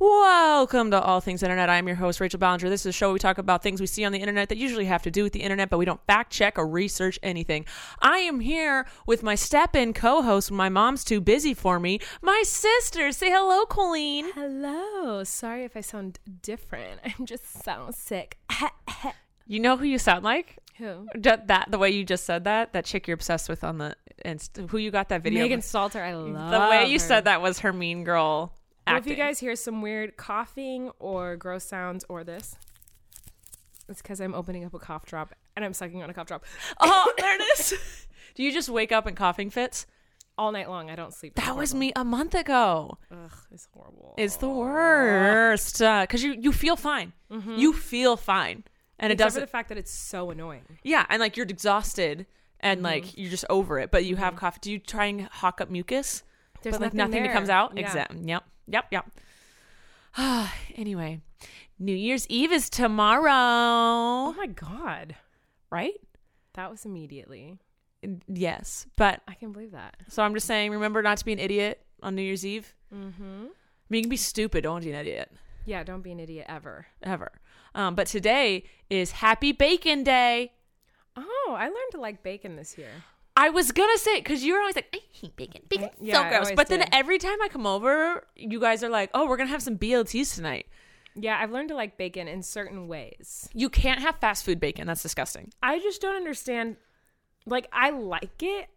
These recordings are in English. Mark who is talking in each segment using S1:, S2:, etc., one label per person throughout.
S1: Welcome to All Things Internet. I'm your host, Rachel Ballinger. This is a show where we talk about things we see on the internet that usually have to do with the internet, but we don't fact check or research anything. I am here with my step in co host when my mom's too busy for me, my sister. Say hello, Colleen.
S2: Hello. Sorry if I sound different. I'm just sound sick.
S1: You know who you sound like?
S2: Who?
S1: That, that the way you just said that, that chick you're obsessed with on the inst- who you got that video.
S2: Megan
S1: with.
S2: Stalter. I love
S1: the way you
S2: her.
S1: said that was her mean girl.
S2: Well, if you
S1: acting.
S2: guys hear some weird coughing or gross sounds or this, it's because I'm opening up a cough drop and I'm sucking on a cough drop
S1: oh, there it is. Do you just wake up in coughing fits?
S2: all night long. I don't sleep.
S1: That was me a month ago.
S2: Ugh, it's horrible.
S1: It's the worst because you you feel fine. You feel fine, and it
S2: Mm-hmm. Except for
S1: doesn't.
S2: the fact that it's so annoying.
S1: yeah, and like you're exhausted, and
S2: Mm-hmm.
S1: like you're just over it. But you have coffee. Do you try and hawk up mucus?
S2: There's
S1: but like
S2: nothing
S1: nothing that comes
S2: there.
S1: out.
S2: Yeah.
S1: Exactly. Yep. Yep. Yep. anyway, New Year's Eve is
S2: Oh
S1: tomorrow,
S2: my god,
S1: right?
S2: that was immediately.
S1: Yes, but
S2: I can believe that.
S1: so I'm just saying, remember not to be an idiot on New Year's Eve. Mm-hmm. I mean, you can be stupid. Don't be an idiot.
S2: Yeah, don't be an idiot ever.
S1: ever. Um, but today is Happy Bacon Day.
S2: Oh, I learned to like bacon this year.
S1: I was gonna say because you're always like, I hate bacon, bacon,
S2: Yeah,
S1: so
S2: I
S1: gross.
S2: always
S1: But then
S2: did.
S1: every time I come over, you guys are like, oh, we're gonna have some BLTs tonight.
S2: Yeah, I've learned to like bacon in certain ways.
S1: You can't have fast food bacon. That's disgusting.
S2: I just don't understand. Like, I like it,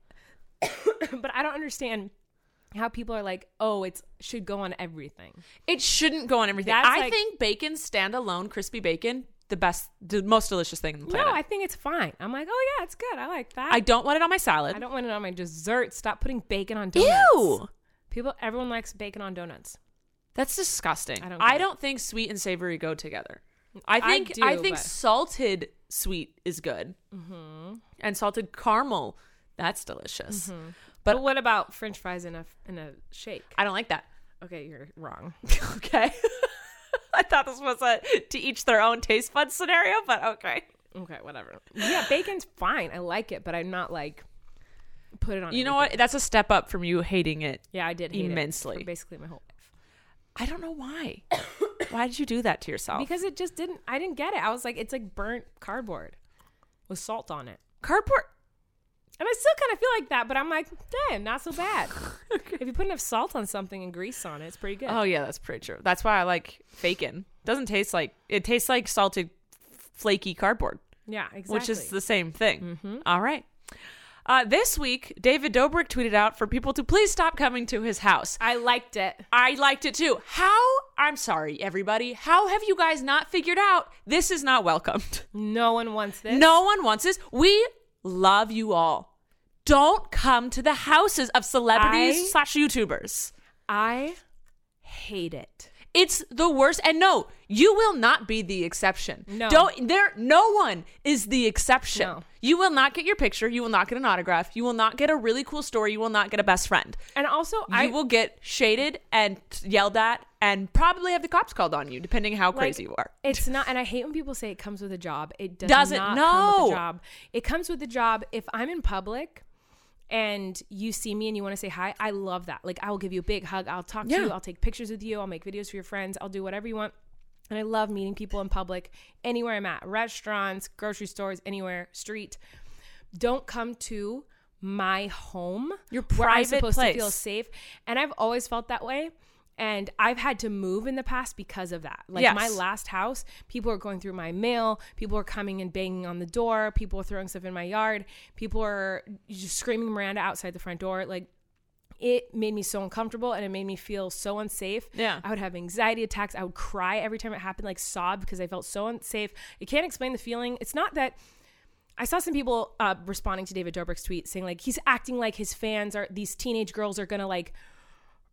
S2: but I don't understand how people are like, oh, it's should go on everything.
S1: It shouldn't go on everything.
S2: That's
S1: I
S2: like-
S1: think bacon standalone, crispy bacon, the best, the most delicious thing on the
S2: No,
S1: planet.
S2: I think it's fine. I'm like, oh yeah, it's good. I like that.
S1: I don't want it on my salad.
S2: I don't want it on my dessert. Stop putting bacon on donuts.
S1: Ew,
S2: People, everyone likes bacon on donuts.
S1: that's disgusting. I
S2: I
S1: don't.
S2: don't get it.
S1: think sweet and savory go together. I
S2: I
S1: think I,
S2: do,
S1: think
S2: but-
S1: salted sweet is good, and salted caramel that's delicious.
S2: But, what about French fries in a in a shake?
S1: I don't like that.
S2: okay, you're wrong.
S1: okay, I thought this was a to each their own taste bud scenario, but okay.
S2: Okay, whatever. Yeah, bacon's fine. I like it, but I'm not like put it on.
S1: You know what? That's a step up from you hating it.
S2: Yeah, I did hate it for
S1: Immensely.
S2: basically, my whole life
S1: I don't know why. why did you do that to yourself?
S2: because it just didn't. I didn't get it. I was like, it's like burnt cardboard with salt on it,
S1: cardboard.
S2: and I still kind of feel like that. But I'm like, damn, not so bad. If you put enough salt on something and grease on it, it's pretty good.
S1: Oh yeah, that's pretty true. That's why I like faking. Doesn't taste like it tastes like salted flaky cardboard.
S2: yeah, exactly. Mm-hmm.
S1: which is the same thing. All right. Uh, this week, David Dobrik tweeted out for people to please stop coming to his house.
S2: I liked it.
S1: I liked it too. How, I'm sorry, everybody, how have you guys not figured out this is not welcomed?
S2: No one wants this.
S1: No one wants this. We love you all. Don't come to the houses of celebrities
S2: I-
S1: slash YouTubers.
S2: I hate it.
S1: It's the worst. And no, you will not be the exception.
S2: No.
S1: Don't there no one is the exception.
S2: No.
S1: You will not get your picture, you will not get an autograph, you will not get a really cool story, you will not get a best friend.
S2: And also,
S1: You
S2: I
S1: will get shaded and yelled at and probably have the cops called on you depending how
S2: Like,
S1: crazy you are.
S2: It's not, and I hate when people say it comes with a job. It does
S1: Doesn't-
S2: not come with
S1: no.
S2: a job. It comes with a job. If I'm in public and you see me and you want to say hi, I love that. Like I will give you a big hug. I'll talk
S1: Yeah.
S2: to you. I'll take pictures with you. I'll make videos for your friends. I'll do whatever you want. And I love meeting people in public, anywhere I'm at, restaurants, grocery stores, anywhere, street. Don't come to my home.
S1: Your
S2: where I'm
S1: private
S2: supposed
S1: place.
S2: to feel safe. And I've always felt that way. And I've had to move in the past because of that. Like
S1: Yes.
S2: my last house, people are going through my mail, people are coming and banging on the door, people are throwing stuff in my yard, people are just screaming Miranda outside the front door. Like it made me so uncomfortable and it made me feel so unsafe.
S1: Yeah.
S2: I would have anxiety attacks. I would cry every time it happened, like sob because I felt so unsafe. I can't explain the feeling. It's not that I saw some people uh, responding to David Dobrik's tweet saying like he's acting like his fans are these teenage girls are gonna like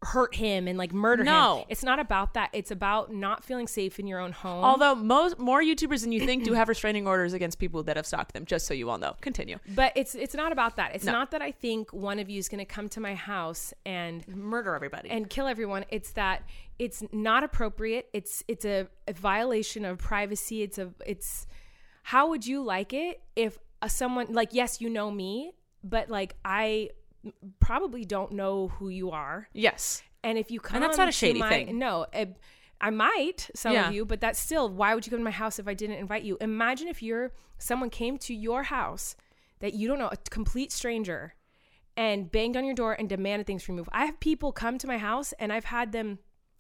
S2: hurt him and like murder him.
S1: No.
S2: It's not about that. It's about not feeling safe in your own home.
S1: Although most more YouTubers than you think do have restraining orders against people that have stalked them, just so you all know. Continue.
S2: but it's it's not about that. It's not that I think one of you is going to come to my house and
S1: Murder everybody.
S2: and kill everyone. It's that it's not appropriate. It's it's a, a violation of privacy. It's a it's how would you like it if a, someone like yes you know me but like I probably don't know who you are
S1: yes.
S2: and if you come
S1: that's not a
S2: to
S1: shady
S2: my,
S1: thing.
S2: no. it- I might some
S1: Yeah.
S2: of you, but that's still why would you come to my house if I didn't invite you? Imagine if you're someone came to your house that you don't know, a complete stranger, and banged on your door and demanded things from you. I have people come to my house and I've had them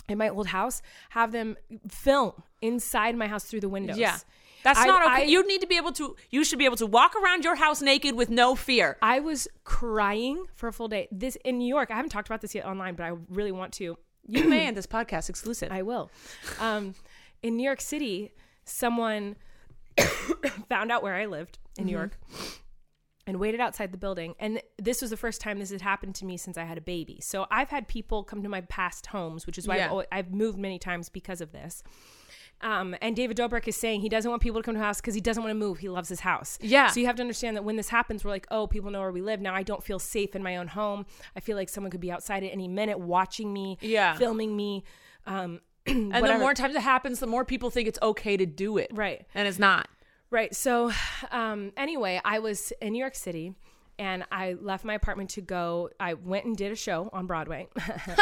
S2: in my old house have them film inside my house through the windows.
S1: Yeah. That's
S2: I-
S1: not okay.
S2: I-
S1: you need to be able to. You should be able to walk around your house naked with no fear.
S2: I was crying for a full day. This in New York. I haven't talked about this yet online, but I really want to.
S1: You may in this podcast exclusive.
S2: I will. Um, in New York City, someone found out where I lived in
S1: Mm-hmm.
S2: New York and waited outside the building. And th- this was the first time this had happened to me since I had a baby. So I've had people come to my past homes, which is why I've,
S1: Yeah.
S2: al- I've moved many times because of this. Um, and David Dobrik is saying he doesn't want people to come to the house because he doesn't want to move. He loves his house.
S1: Yeah.
S2: So you have to understand that when this happens, we're like, oh, people know where we live. Now I don't feel safe in my own home. I feel like someone could be outside at any minute watching me,
S1: Yeah.
S2: filming me. Um,
S1: and the more times it happens, the more people think it's okay to do it.
S2: Right.
S1: And it's not.
S2: Right. So, um, anyway, I was in New York City and I left my apartment to go. I went and did a show on Broadway.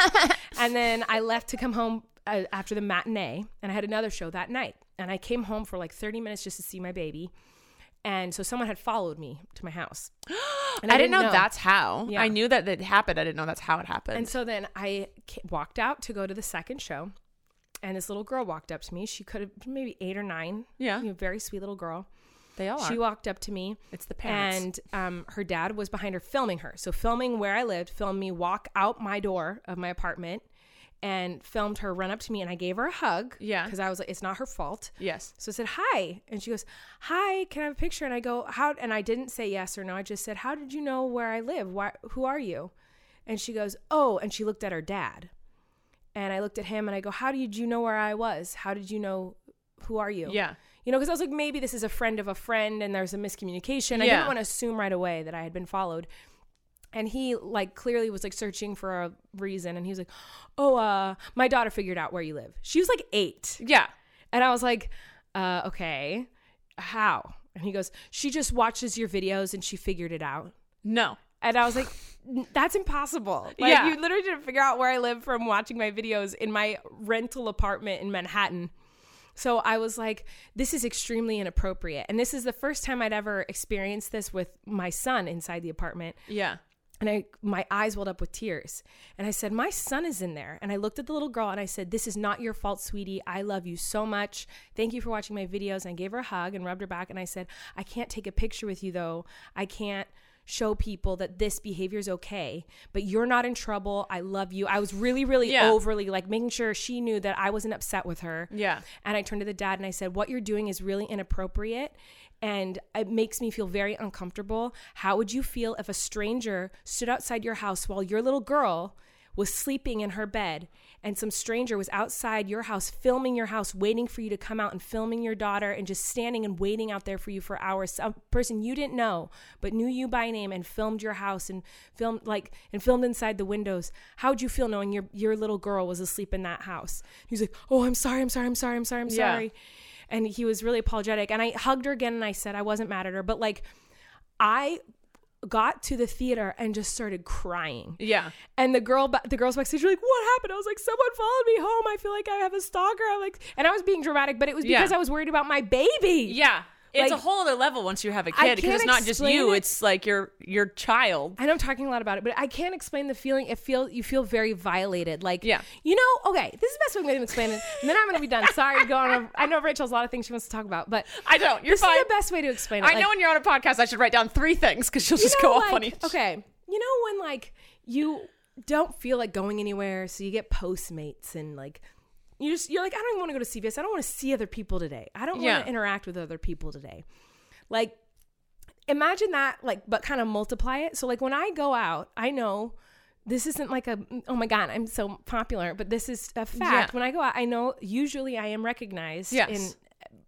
S2: and then I left to come home uh, after the matinee and I had another show that night. And I came home for like 30 minutes just to see my baby. And so someone had followed me to my house. And
S1: I, didn't know, that's how.
S2: Yeah.
S1: I knew that it happened. I didn't know that's how it happened.
S2: And so then I ca- walked out to go to the second show, and this little girl walked up to me. She could have been maybe eight or nine.
S1: Yeah.
S2: You know, very sweet little girl.
S1: they all
S2: She walked up to me.
S1: It's the parents.
S2: And um, her dad was behind her filming her. So filming where I lived, filmed me walk out my door of my apartment and filmed her run up to me and I gave her a hug.
S1: Yeah.
S2: Because I was like, it's not her fault.
S1: yes.
S2: So I said, Hi. And she goes, Hi, can I have a picture? And I go, How and I didn't say yes or no. I just said, How did you know where I live? Why who are you? And she goes, Oh, and she looked at her dad. And I looked at him and I go, How did you know where I was? How did you know who are you?
S1: Yeah.
S2: You know, because I was like, maybe this is a friend of a friend and there's a miscommunication. I didn't
S1: Yeah.
S2: want to assume right away that I had been followed. And he like clearly was like searching for a reason and he was like, Oh, uh, my daughter figured out where you live. She was like eight.
S1: Yeah.
S2: And I was like, uh, okay, how? And he goes, she just watches your videos and she figured it out.
S1: No.
S2: And I was like, "N- that's impossible. Like,
S1: Yeah.
S2: you literally didn't figure out where I live from watching my videos in my rental apartment in Manhattan. So I was like, this is extremely inappropriate. And this is the first time I'd ever experienced this with my son inside the apartment
S1: Yeah.
S2: and I my eyes welled up with tears. And I said, "My son is in there." And I looked at the little girl and I said, "This is not your fault, sweetie. I love you so much. Thank you for watching my videos." And I gave her a hug and rubbed her back and I said, "I can't take a picture with you though. I can't show people that this behavior is okay, but you're not in trouble. I love you." I was really really
S1: Yeah.
S2: overly like making sure she knew that I wasn't upset with her.
S1: Yeah.
S2: And I turned to the dad and I said, What you're doing is really inappropriate and it makes me feel very uncomfortable. How would you feel if a stranger stood outside your house while your little girl was sleeping in her bed and some stranger was outside your house filming your house waiting for you to come out and filming your daughter and just standing and waiting out there for you for hours some person you didn't know but knew you by name and filmed your house and filmed like and filmed inside the windows how would you feel knowing your your little girl was asleep in that house he's like oh i'm sorry i'm sorry i'm sorry i'm sorry i'm
S1: Yeah.
S2: sorry and he was really apologetic and i hugged her again and i said i wasn't mad at her but like i got to the theater and just started crying
S1: Yeah.
S2: and the girl, ba- the girls backstage were like, "What happened?" I was like, "Someone followed me home. I feel like I have a stalker." I'm like, and I was being dramatic, but it was
S1: Yeah.
S2: because I was worried about my baby.
S1: Yeah. It's
S2: Like-
S1: a whole other level once you have a
S2: I
S1: kid because
S2: can't
S1: it's not just
S2: explain
S1: you,
S2: it.
S1: it's like your your child.
S2: I know I'm talking a lot about it, but I can't explain the feeling. It feel you feel very violated. Like,
S1: Yeah.
S2: you know, okay, this is the best way I'm going to explain it, and then I'm going to be done. Sorry to go on. A, I know Rachel has a lot of things she wants to talk about, but
S1: I don't. You're
S2: this
S1: fine.
S2: is the best way to explain it.
S1: I
S2: Like,
S1: know when you're on a podcast, I should write down three things because she'll just
S2: you
S1: go
S2: know,
S1: off on
S2: like-
S1: each.
S2: Okay. You know when like you don't feel like going anywhere, so you get postmates and like you just you're like, I don't even want to go to CVS. I don't want to see other people today. I don't
S1: Yeah.
S2: want to interact with other people today. Like imagine that, like, but kind of multiply it. So like when I go out, I know this isn't like a oh my god i'm so popular but this is a fact
S1: Yeah.
S2: when i go out i know usually i am recognized
S1: Yes.
S2: and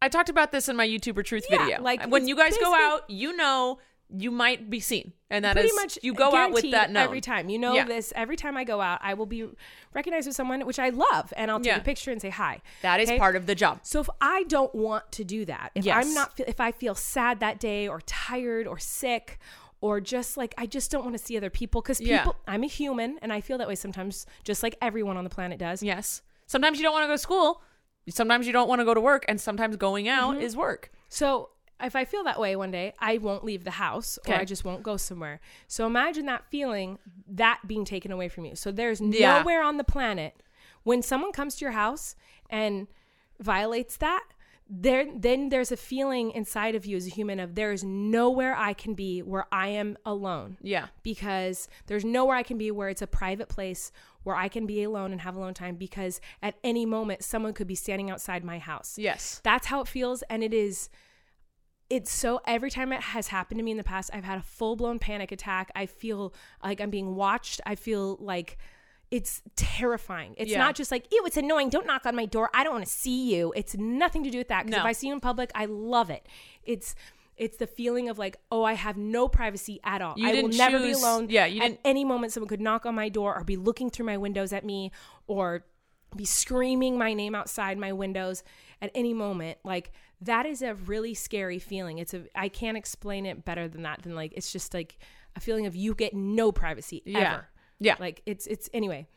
S1: I talked about this in my YouTuber Truth
S2: Yeah,
S1: video.
S2: like,
S1: Like when
S2: it's
S1: you guys go
S2: basically-
S1: out, you know you might be seen, and that is
S2: pretty much
S1: you go out with
S2: guaranteed
S1: that known.
S2: every time you know
S1: Yeah.
S2: this every time i go out i will be recognized with someone which i love and i'll take
S1: Yeah.
S2: a picture and say hi
S1: That is
S2: Okay?
S1: part of the job.
S2: So if I don't want to do that, if
S1: Yes.
S2: I'm not, if I feel sad that day or tired or sick or just like I just don't want to see other people because people,
S1: Yeah.
S2: I'm a human and I feel that way sometimes, just like everyone on the planet does.
S1: Yes. Sometimes you don't want to go to school. Sometimes you don't want to go to work, and sometimes going
S2: Mm-hmm.
S1: out is work.
S2: So if I feel that way one day, I won't leave the house or
S1: Okay.
S2: I just won't go somewhere. So imagine that feeling, that being taken away from you. So there's
S1: Yeah.
S2: nowhere on the planet when someone comes to your house and violates that. There, then there's a feeling inside of you as a human of there is nowhere I can be where I am alone
S1: Yeah.
S2: because there's nowhere I can be where it's a private place where I can be alone and have alone time because at any moment someone could be standing outside my house.
S1: Yes.
S2: That's how it feels. And it is, it's so, every time it has happened to me in the past, I've had a full blown panic attack. I feel like I'm being watched. I feel like it's terrifying. It's
S1: Yeah.
S2: not just like, ew, it's annoying. Don't knock on my door. I don't want to see you. It's nothing to do with that. Because
S1: No.
S2: if I see you in public, I love it. It's, it's the feeling of like, oh, I have no privacy at all.
S1: You
S2: I will
S1: didn't
S2: never be
S1: choose-
S2: alone.
S1: yeah, you
S2: At
S1: didn't-
S2: any moment, someone could knock on my door or be looking through my windows at me or be screaming my name outside my windows at any moment. Like that is a really scary feeling. It's a I can't explain it better than that. Than like it's just like a feeling of you get no privacy
S1: Yeah.
S2: ever.
S1: Yeah.
S2: Like it's it's anyway.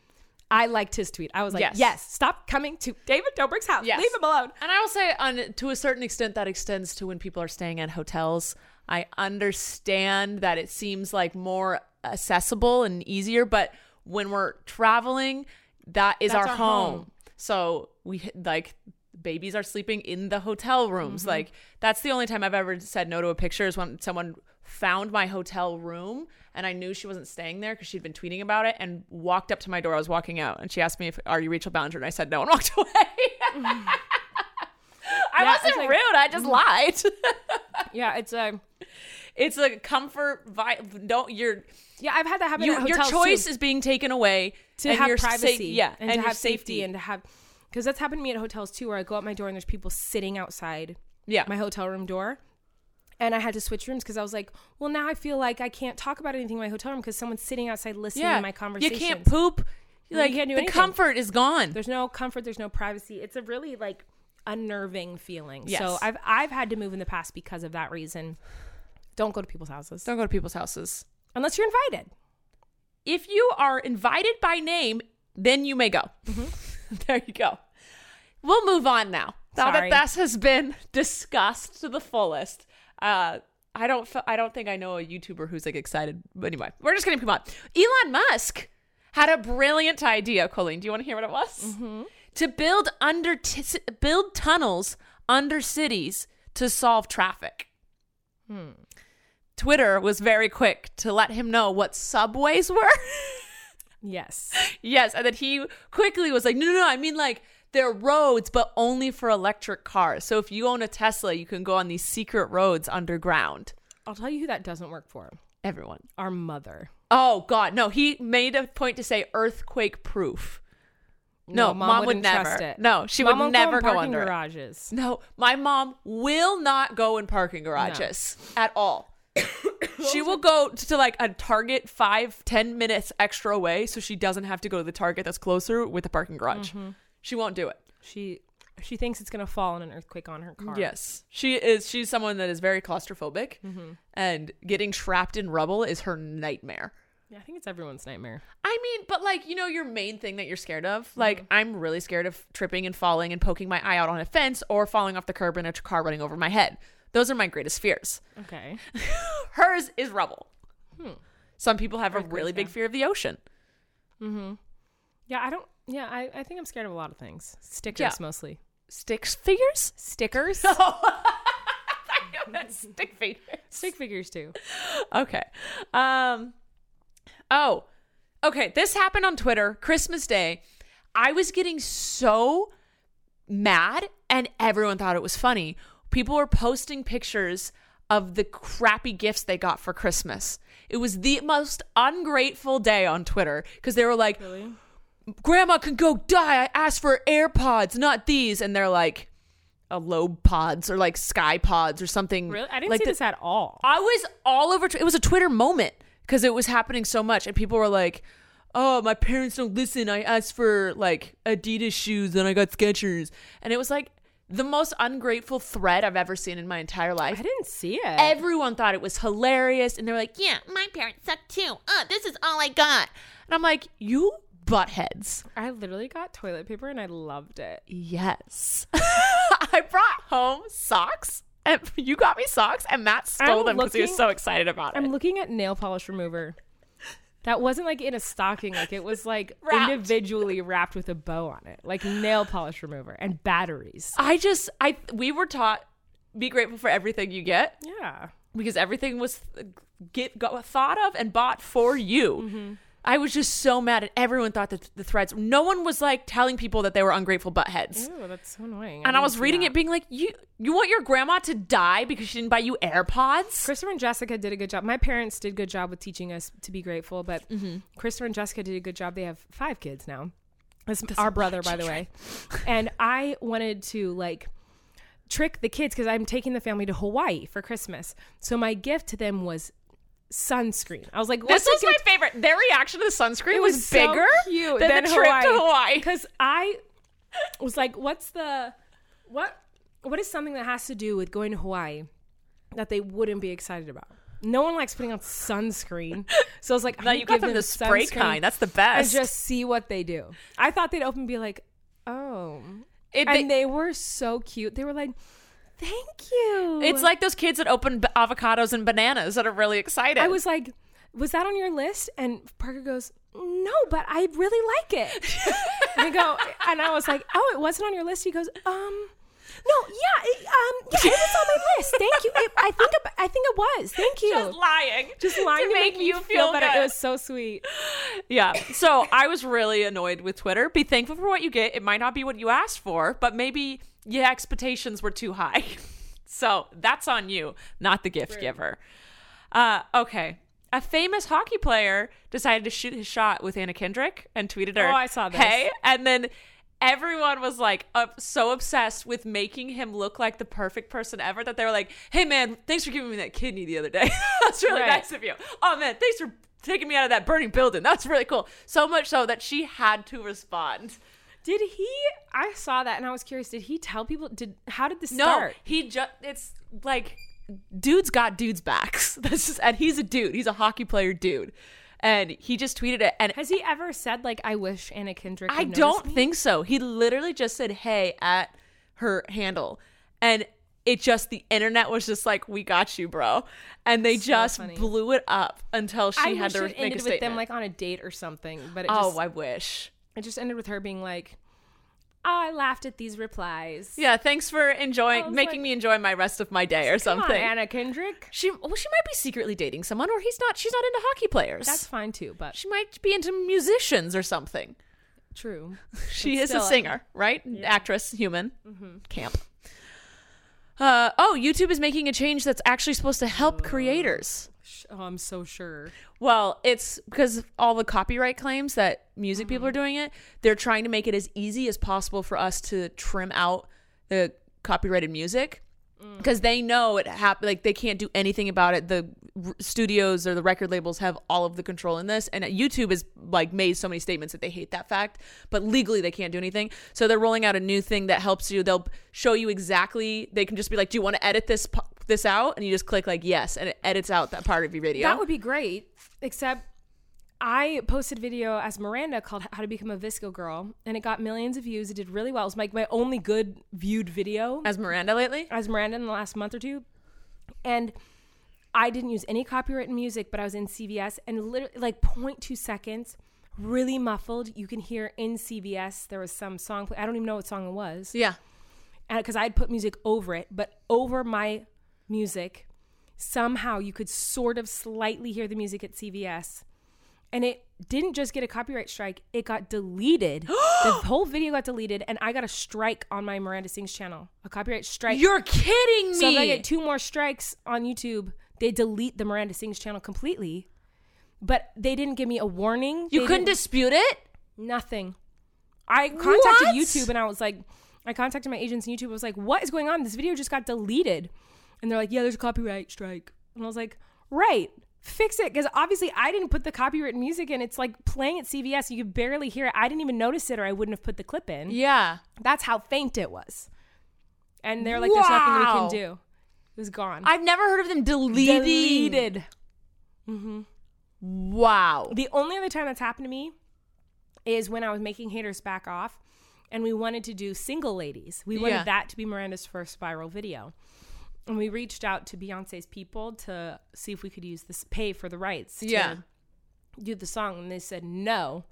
S2: I liked his tweet. I was like,
S1: Yes.
S2: yes, stop coming to David Dobrik's house.
S1: Yes.
S2: Leave him alone.
S1: And I will say, on to a certain extent, that extends to when people are staying at hotels. I understand that it seems like more accessible and easier, but when we're traveling, that is
S2: That's
S1: our,
S2: our
S1: home.
S2: home.
S1: So we like babies are sleeping in the hotel rooms.
S2: Mm-hmm.
S1: Like that's the only time I've ever said no to a picture is when someone found my hotel room and I knew she wasn't staying there because she'd been tweeting about it and walked up to my door. I was walking out and she asked me if are you Rachel Ballinger and I said no and walked away. I
S2: Yeah,
S1: wasn't
S2: it's like-
S1: rude. I just lied.
S2: Yeah, it's um, a
S1: it's a comfort. Vi- don't your
S2: yeah. I've had that happen.
S1: you,
S2: at
S1: your
S2: hotels,
S1: choice
S2: too.
S1: is being taken away
S2: to
S1: and
S2: have
S1: your sa-
S2: privacy,
S1: yeah,
S2: and, to
S1: your
S2: have safety. and to have because that's happened to me at hotels too, where I go out my door and there's people sitting outside
S1: yeah,
S2: my hotel room door, and I had to switch rooms because I was like, well, now I feel like I can't talk about anything in my hotel room because someone's sitting outside listening
S1: yeah.
S2: to my conversation.
S1: You can't poop. Like
S2: can't do
S1: the
S2: anything.
S1: comfort is gone.
S2: There's no comfort. There's no privacy. It's a really like unnerving feeling. So
S1: Yes.
S2: I've I've had to move in the past because of that reason. Don't go to people's houses
S1: don't go to people's houses.
S2: unless you're invited.
S1: If you are invited by name, then you may go. there you go. We'll move on now. Now
S2: Sorry.
S1: that that has been discussed to the fullest, uh, I don't. f- I don't think I know a YouTuber who's like excited. But anyway, we're just gonna come on. Elon Musk had a brilliant idea. Colleen, do you want to hear what it was? To build under t- build tunnels under cities to solve traffic. Twitter was very quick to let him know what subways were.
S2: Yes.
S1: Yes, and then he quickly was like, "No, no, no! I mean like they're roads, but only for electric cars. So if you own a Tesla, you can go on these secret roads underground."
S2: I'll tell you who that doesn't work for.
S1: Everyone.
S2: Our mother.
S1: Oh God, no! He made a point to say earthquake proof. No, mom, would
S2: wouldn't
S1: never.
S2: trust it.
S1: No, she
S2: Mom
S1: would
S2: won't
S1: never
S2: in
S1: go,
S2: parking
S1: under. it.
S2: garages.
S1: No, my mom will not go in parking garages at all. she will go to like a Target five, ten minutes extra away so she doesn't have to go to the Target that's closer with the parking garage. She won't do it.
S2: She she thinks it's gonna fall in an earthquake on her car.
S1: Yes. She is she's someone that is very claustrophobic and getting trapped in rubble is her nightmare.
S2: Yeah, I think it's everyone's nightmare.
S1: I mean, but like, you know, your main thing that you're scared of. Like, I'm really scared of tripping and falling and poking my eye out on a fence or falling off the curb and a car running over my head. Those are my greatest fears.
S2: Okay.
S1: Hers is rubble. Hmm. Some people have a really big fear of the ocean.
S2: Yeah, I don't yeah, I, I think I'm scared of a lot of things. Stickers
S1: Yeah.
S2: mostly.
S1: Sticks figures?
S2: Stickers?
S1: Stick figures.
S2: Stick figures too.
S1: Okay. Um Oh. Okay, this happened on Twitter Christmas Day. I was getting so mad and everyone thought it was funny. People were posting pictures of the crappy gifts they got for Christmas. It was the most ungrateful day on Twitter because they were like, Grandma can go die. I asked for AirPods, not these. And they're like, a lobe pods or like sky pods or something.
S2: Really? I didn't
S1: like
S2: see
S1: the-
S2: this at all.
S1: I was all over. Tw- It was a Twitter moment because it was happening so much, and people were like, "Oh, my parents don't listen. I asked for like Adidas shoes, and I got Skechers," and it was like the most ungrateful thread I've ever seen in my entire life.
S2: I didn't see it.
S1: Everyone thought it was hilarious, and they were like, "Yeah, my parents suck too. Uh, this is all I got," and I'm like, "You buttheads."
S2: I literally got toilet paper and I loved it.
S1: Yes, I brought home socks. And you got me socks, and Matt stole
S2: I'm
S1: them because he was
S2: looking-
S1: so excited about it.
S2: I'm looking at nail polish remover. That wasn't like in a stocking, like it was like
S1: Wrapped.
S2: individually wrapped with a bow on it, like nail polish remover and batteries.
S1: I just I we were taught be grateful for everything you get
S2: Yeah.
S1: because everything was get got thought of and bought for you. I was just so mad, and everyone thought that the threads. No one was like telling people that they were ungrateful buttheads.
S2: Ooh, that's so annoying.
S1: And I
S2: didn't
S1: was
S2: see
S1: reading
S2: that.
S1: it, being like, "You you want your grandma to die because she didn't buy you AirPods?"
S2: Christopher and Jessica did a good job. My parents did a good job with teaching us to be grateful, but Christopher and Jessica did a good job. They have five kids now. That's our brother, by the way. And I wanted to like trick the kids because I'm taking the family to Hawaii for Christmas. So my gift to them was sunscreen. I was like,
S1: This
S2: "What's a
S1: was my
S2: gift
S1: favorite. Their reaction to the sunscreen
S2: It
S1: was,
S2: was so
S1: bigger
S2: cute
S1: than,
S2: than
S1: the trip to
S2: Hawaii.
S1: Hawaii.
S2: because I was like, what's the what what is something that has to do with going to Hawaii that they wouldn't be excited about? No one likes putting on sunscreen, so I was like,
S1: Now
S2: I'm
S1: you got
S2: gonna
S1: them
S2: give
S1: the spray
S2: sunscreen
S1: kind. That's the
S2: and
S1: best.
S2: just see what they do. I thought they'd open and be like, oh,
S1: It-
S2: and they were so cute. They were like, thank you.
S1: It's like those kids that open b- avocados and bananas that are really excited.
S2: I was like, was that on your list? And Parker goes, no, but I really like it. and I go, and I was like, oh, it wasn't on your list. He goes, um, no, yeah, it, um, yeah, it was on my list. Thank you. It, I think, ab- I think it was. Thank you.
S1: just lying,
S2: Just lying to make, you feel, better. It was so sweet.
S1: yeah. So I was really annoyed with Twitter. Be thankful for what you get. It might not be what you asked for, but maybe your expectations were too high. so that's on you, not the gift giver. Uh, okay. A famous hockey player decided to shoot his shot with Anna Kendrick and tweeted her,
S2: Oh, I saw this.
S1: Hey, and then everyone was like up, so obsessed with making him look like the perfect person ever that they were like, "Hey man, thanks for giving me that kidney the other day. That's really
S2: Right.
S1: nice of you. Oh man, thanks for taking me out of that burning building. That's really cool." So much so that she had to respond.
S2: Did he, I saw that and I was curious, did he tell people, did, how did this
S1: No,
S2: start?
S1: he just it's like dudes got dudes backs. This is and he's a dude. He's a hockey player dude. And he just tweeted it and
S2: Has he ever said like, I wish Anna Kendrick
S1: I
S2: would notice
S1: don't
S2: me?
S1: think so. He literally just said "Hey" at her handle, and it just the internet was just like, "We got you, bro," and they just
S2: funny.
S1: blew it up until she
S2: I
S1: had
S2: wish
S1: to
S2: it
S1: re- make a
S2: ended with
S1: statement.
S2: them like on a date or something, but it
S1: oh,
S2: just,
S1: I wish.
S2: It just ended with her being like, I laughed at these replies.
S1: Yeah, thanks for enjoying
S2: was
S1: making
S2: like-
S1: me enjoy my rest of my day or
S2: Come on,
S1: something.
S2: Anna Kendrick.
S1: she well, she might be secretly dating someone, or he's not. She's not into hockey players.
S2: That's fine too, but
S1: she might be into musicians or something.
S2: true.
S1: She is a
S2: still, I- Mm-hmm.
S1: singer, right? Actress, human, camp. Uh, oh, YouTube is making a change that's actually supposed to help creators.
S2: Sh- Oh, I'm so sure.
S1: Well, it's because of all the copyright claims that music people are
S2: Mm-hmm.
S1: doing it, they're trying to make it as easy as possible for us to trim out the copyrighted music
S2: Mm.
S1: because they know it hap- like they can't do anything about it. The r- studios or the record labels have all of the control in this, and YouTube has like made so many statements that they hate that fact. But legally, they can't do anything. So they're rolling out a new thing that helps you. They'll show you exactly. They can just be like, "Do you want to edit this po- this out?" And you just click like yes, and it edits out that part of your video.
S2: That would be great, except I posted a video as Miranda called How to Become a Visco Girl, and it got millions of views. It did really well. It was like my only good viewed video
S1: as Miranda lately.
S2: as Miranda in the last month or two. And I didn't use any copyrighted music, but I was in CVS and literally like 0.2 seconds, really muffled. You can hear in CVS there was some song. I don't even know what song it was
S1: Yeah.
S2: because I'd put music over it, but over my music, somehow you could sort of slightly hear the music at CVS. And it didn't just get a copyright strike, it got deleted. the whole video got deleted, and I got a strike on my Miranda Sings channel. A copyright strike.
S1: You're kidding me.
S2: so if I get two more strikes on YouTube, they delete the Miranda Sings channel completely. But they didn't give me a warning.
S1: you
S2: They
S1: couldn't
S2: didn't-
S1: dispute it?
S2: Nothing. I contacted
S1: What?
S2: YouTube and I was like, I contacted my agents and YouTube was like, what is going on? This video just got deleted. And they're like, yeah, there's a copyright strike. And I was like, right, fix it. Because obviously I didn't put the copyright music in. It's like playing at CVS. You could barely hear it. I didn't even notice it or I wouldn't have put the clip in.
S1: Yeah.
S2: That's how faint it was. And they're like, there's nothing we
S1: Wow.
S2: can do. It was gone.
S1: I've never heard of them deleting.
S2: Deleted.
S1: Wow.
S2: The only other time that's happened to me is when I was making Haters Back Off and we wanted to do Single Ladies. We wanted
S1: Yeah.
S2: that to be Miranda's first viral video. And we reached out to Beyonce's people to see if we could use this, pay for the rights to
S1: Yeah.
S2: do the song. And they said no.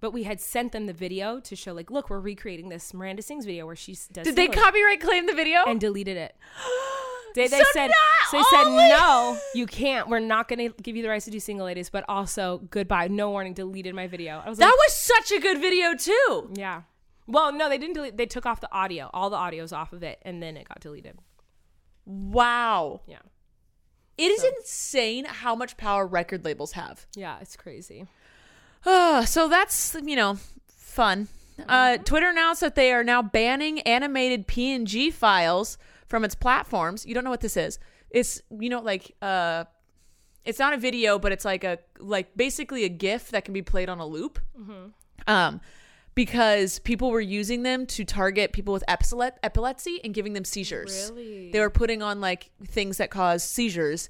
S2: But we had sent them the video to show, like, look, we're recreating this Miranda Sings video where she s- does.
S1: Did they
S2: Single Ladies
S1: copyright claim the video?
S2: and deleted it. They, they
S1: So
S2: said
S1: not
S2: so they said
S1: only-
S2: no, you can't. We're not going to give you the rights to do single ladies, but also goodbye. No warning. Deleted my video. I was
S1: that
S2: like,
S1: was such a good video too.
S2: yeah. Well, no, they didn't delete. They took off the audio. All the audio's off of it, and then it got deleted.
S1: Wow.
S2: Yeah,
S1: It is insane how much power record labels have.
S2: yeah, it's crazy.
S1: Uh, so that's, you know, fun. Uh, Twitter announced that they are now banning animated PNG files from its platforms. You don't know what this is. It's, you know, like, uh, it's not a video, but it's like a, like basically a GIF that can be played on a loop. Um, because people were using them to target people with epsile- epilepsy and giving them seizures.
S2: Really?
S1: They were putting on like things that cause seizures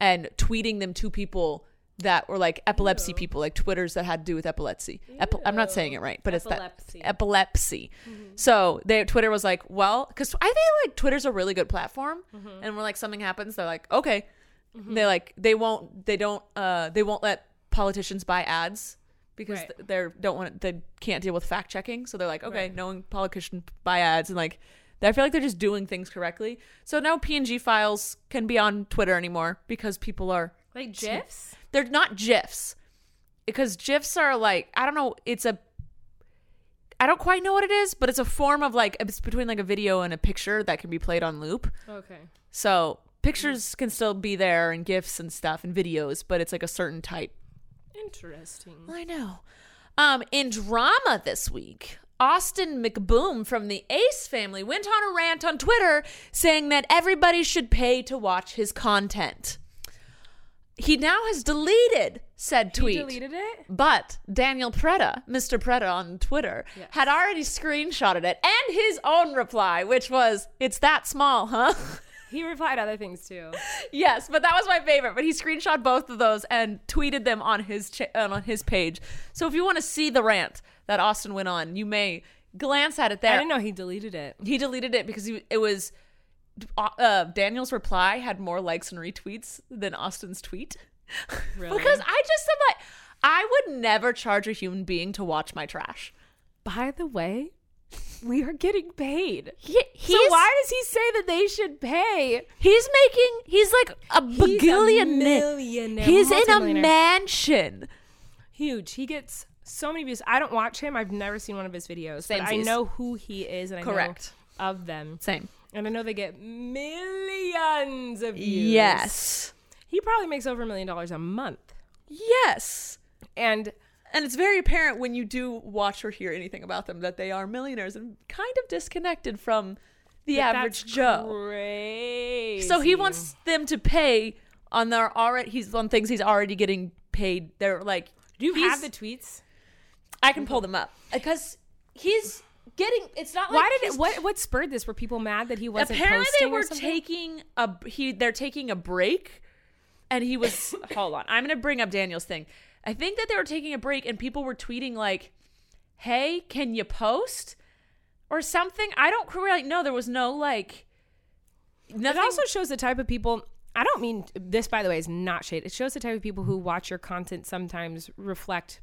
S1: and tweeting them to people that were like epilepsy people, like Twitters that had to do with epilepsy. Epi- I'm not saying it right, but
S2: Epilepsy. Mm-hmm.
S1: it's that epilepsy. So they Twitter was like, well, because I think like Twitter's a really good platform,
S2: Mm-hmm.
S1: and when like something happens, they're like, okay, they like they won't they don't uh they won't let politicians buy ads because
S2: Right.
S1: th- they're don't want they can't deal with fact checking so they're like okay
S2: Right.
S1: knowing politicians buy ads and like i feel like they're just doing things correctly so now png files can be on twitter anymore because people are
S2: Like gifs.
S1: they're not gifs because gifs are like i don't know it's a i don't quite know what it is but it's a form of like it's between like a video and a picture that can be played on loop
S2: Okay.
S1: so pictures can still be there and gifs and stuff and videos, but it's like a certain type.
S2: Interesting.
S1: I know. Um, in drama this week, Austin McBoom from the Ace family went on a rant on Twitter saying that everybody should pay to watch his content. He now has deleted said tweet.
S2: He deleted it.
S1: But Daniel Preda, Mr. Preda on Twitter, had already screenshotted it and his own reply, which was, It's that small, huh?
S2: He replied other things too.
S1: Yes, but that was my favorite. But he screenshot both of those and tweeted them on his cha- uh, on his page. So if you want to see the rant that Austin went on, you may glance at it
S2: I
S1: there.
S2: didn't know he deleted it.
S1: He deleted it because he, it was uh, uh, Daniel's reply had more likes and retweets than Austin's tweet.
S2: Really?
S1: because I just am like, I would never charge a human being to watch my trash.
S2: By the way, we are getting paid.
S1: He,
S2: so why does he say that they should pay?
S1: He's making. He's like a
S2: He's a
S1: billionaire.
S2: millionaire,
S1: He's in a
S2: multimillionaire.
S1: mansion.
S2: huge. He gets so many views. I don't watch him. I've never seen one of his videos. But I
S1: Samesies.
S2: know who he is and I
S1: Correct.
S2: know of them.
S1: Same.
S2: And I know they get millions of views.
S1: Yes.
S2: He probably makes over a million dollars a month.
S1: Yes.
S2: And
S1: And it's very apparent when you do watch or hear anything about them that they are millionaires and kind of disconnected from the average
S2: that's
S1: Joe.
S2: Crazy.
S1: So he wants them to pay on their already he's on things he's already getting paid. They're like
S2: Do you
S1: he's-
S2: have the tweets?
S1: I can pull them up because he's getting it's not like
S2: Why did
S1: he's-
S2: it, what what spurred this? Were people mad that he wasn't
S1: apparently they
S2: posting or
S1: were
S2: something?
S1: taking a he they're taking a break and he was hold on i'm gonna bring up daniel's thing i think that they were taking a break and people were tweeting like hey can you post or something i don't really know there was no like
S2: It
S1: nothing
S2: also shows the type of people. I don't mean this, by the way, is not shade. It shows the type of people who watch your content sometimes reflect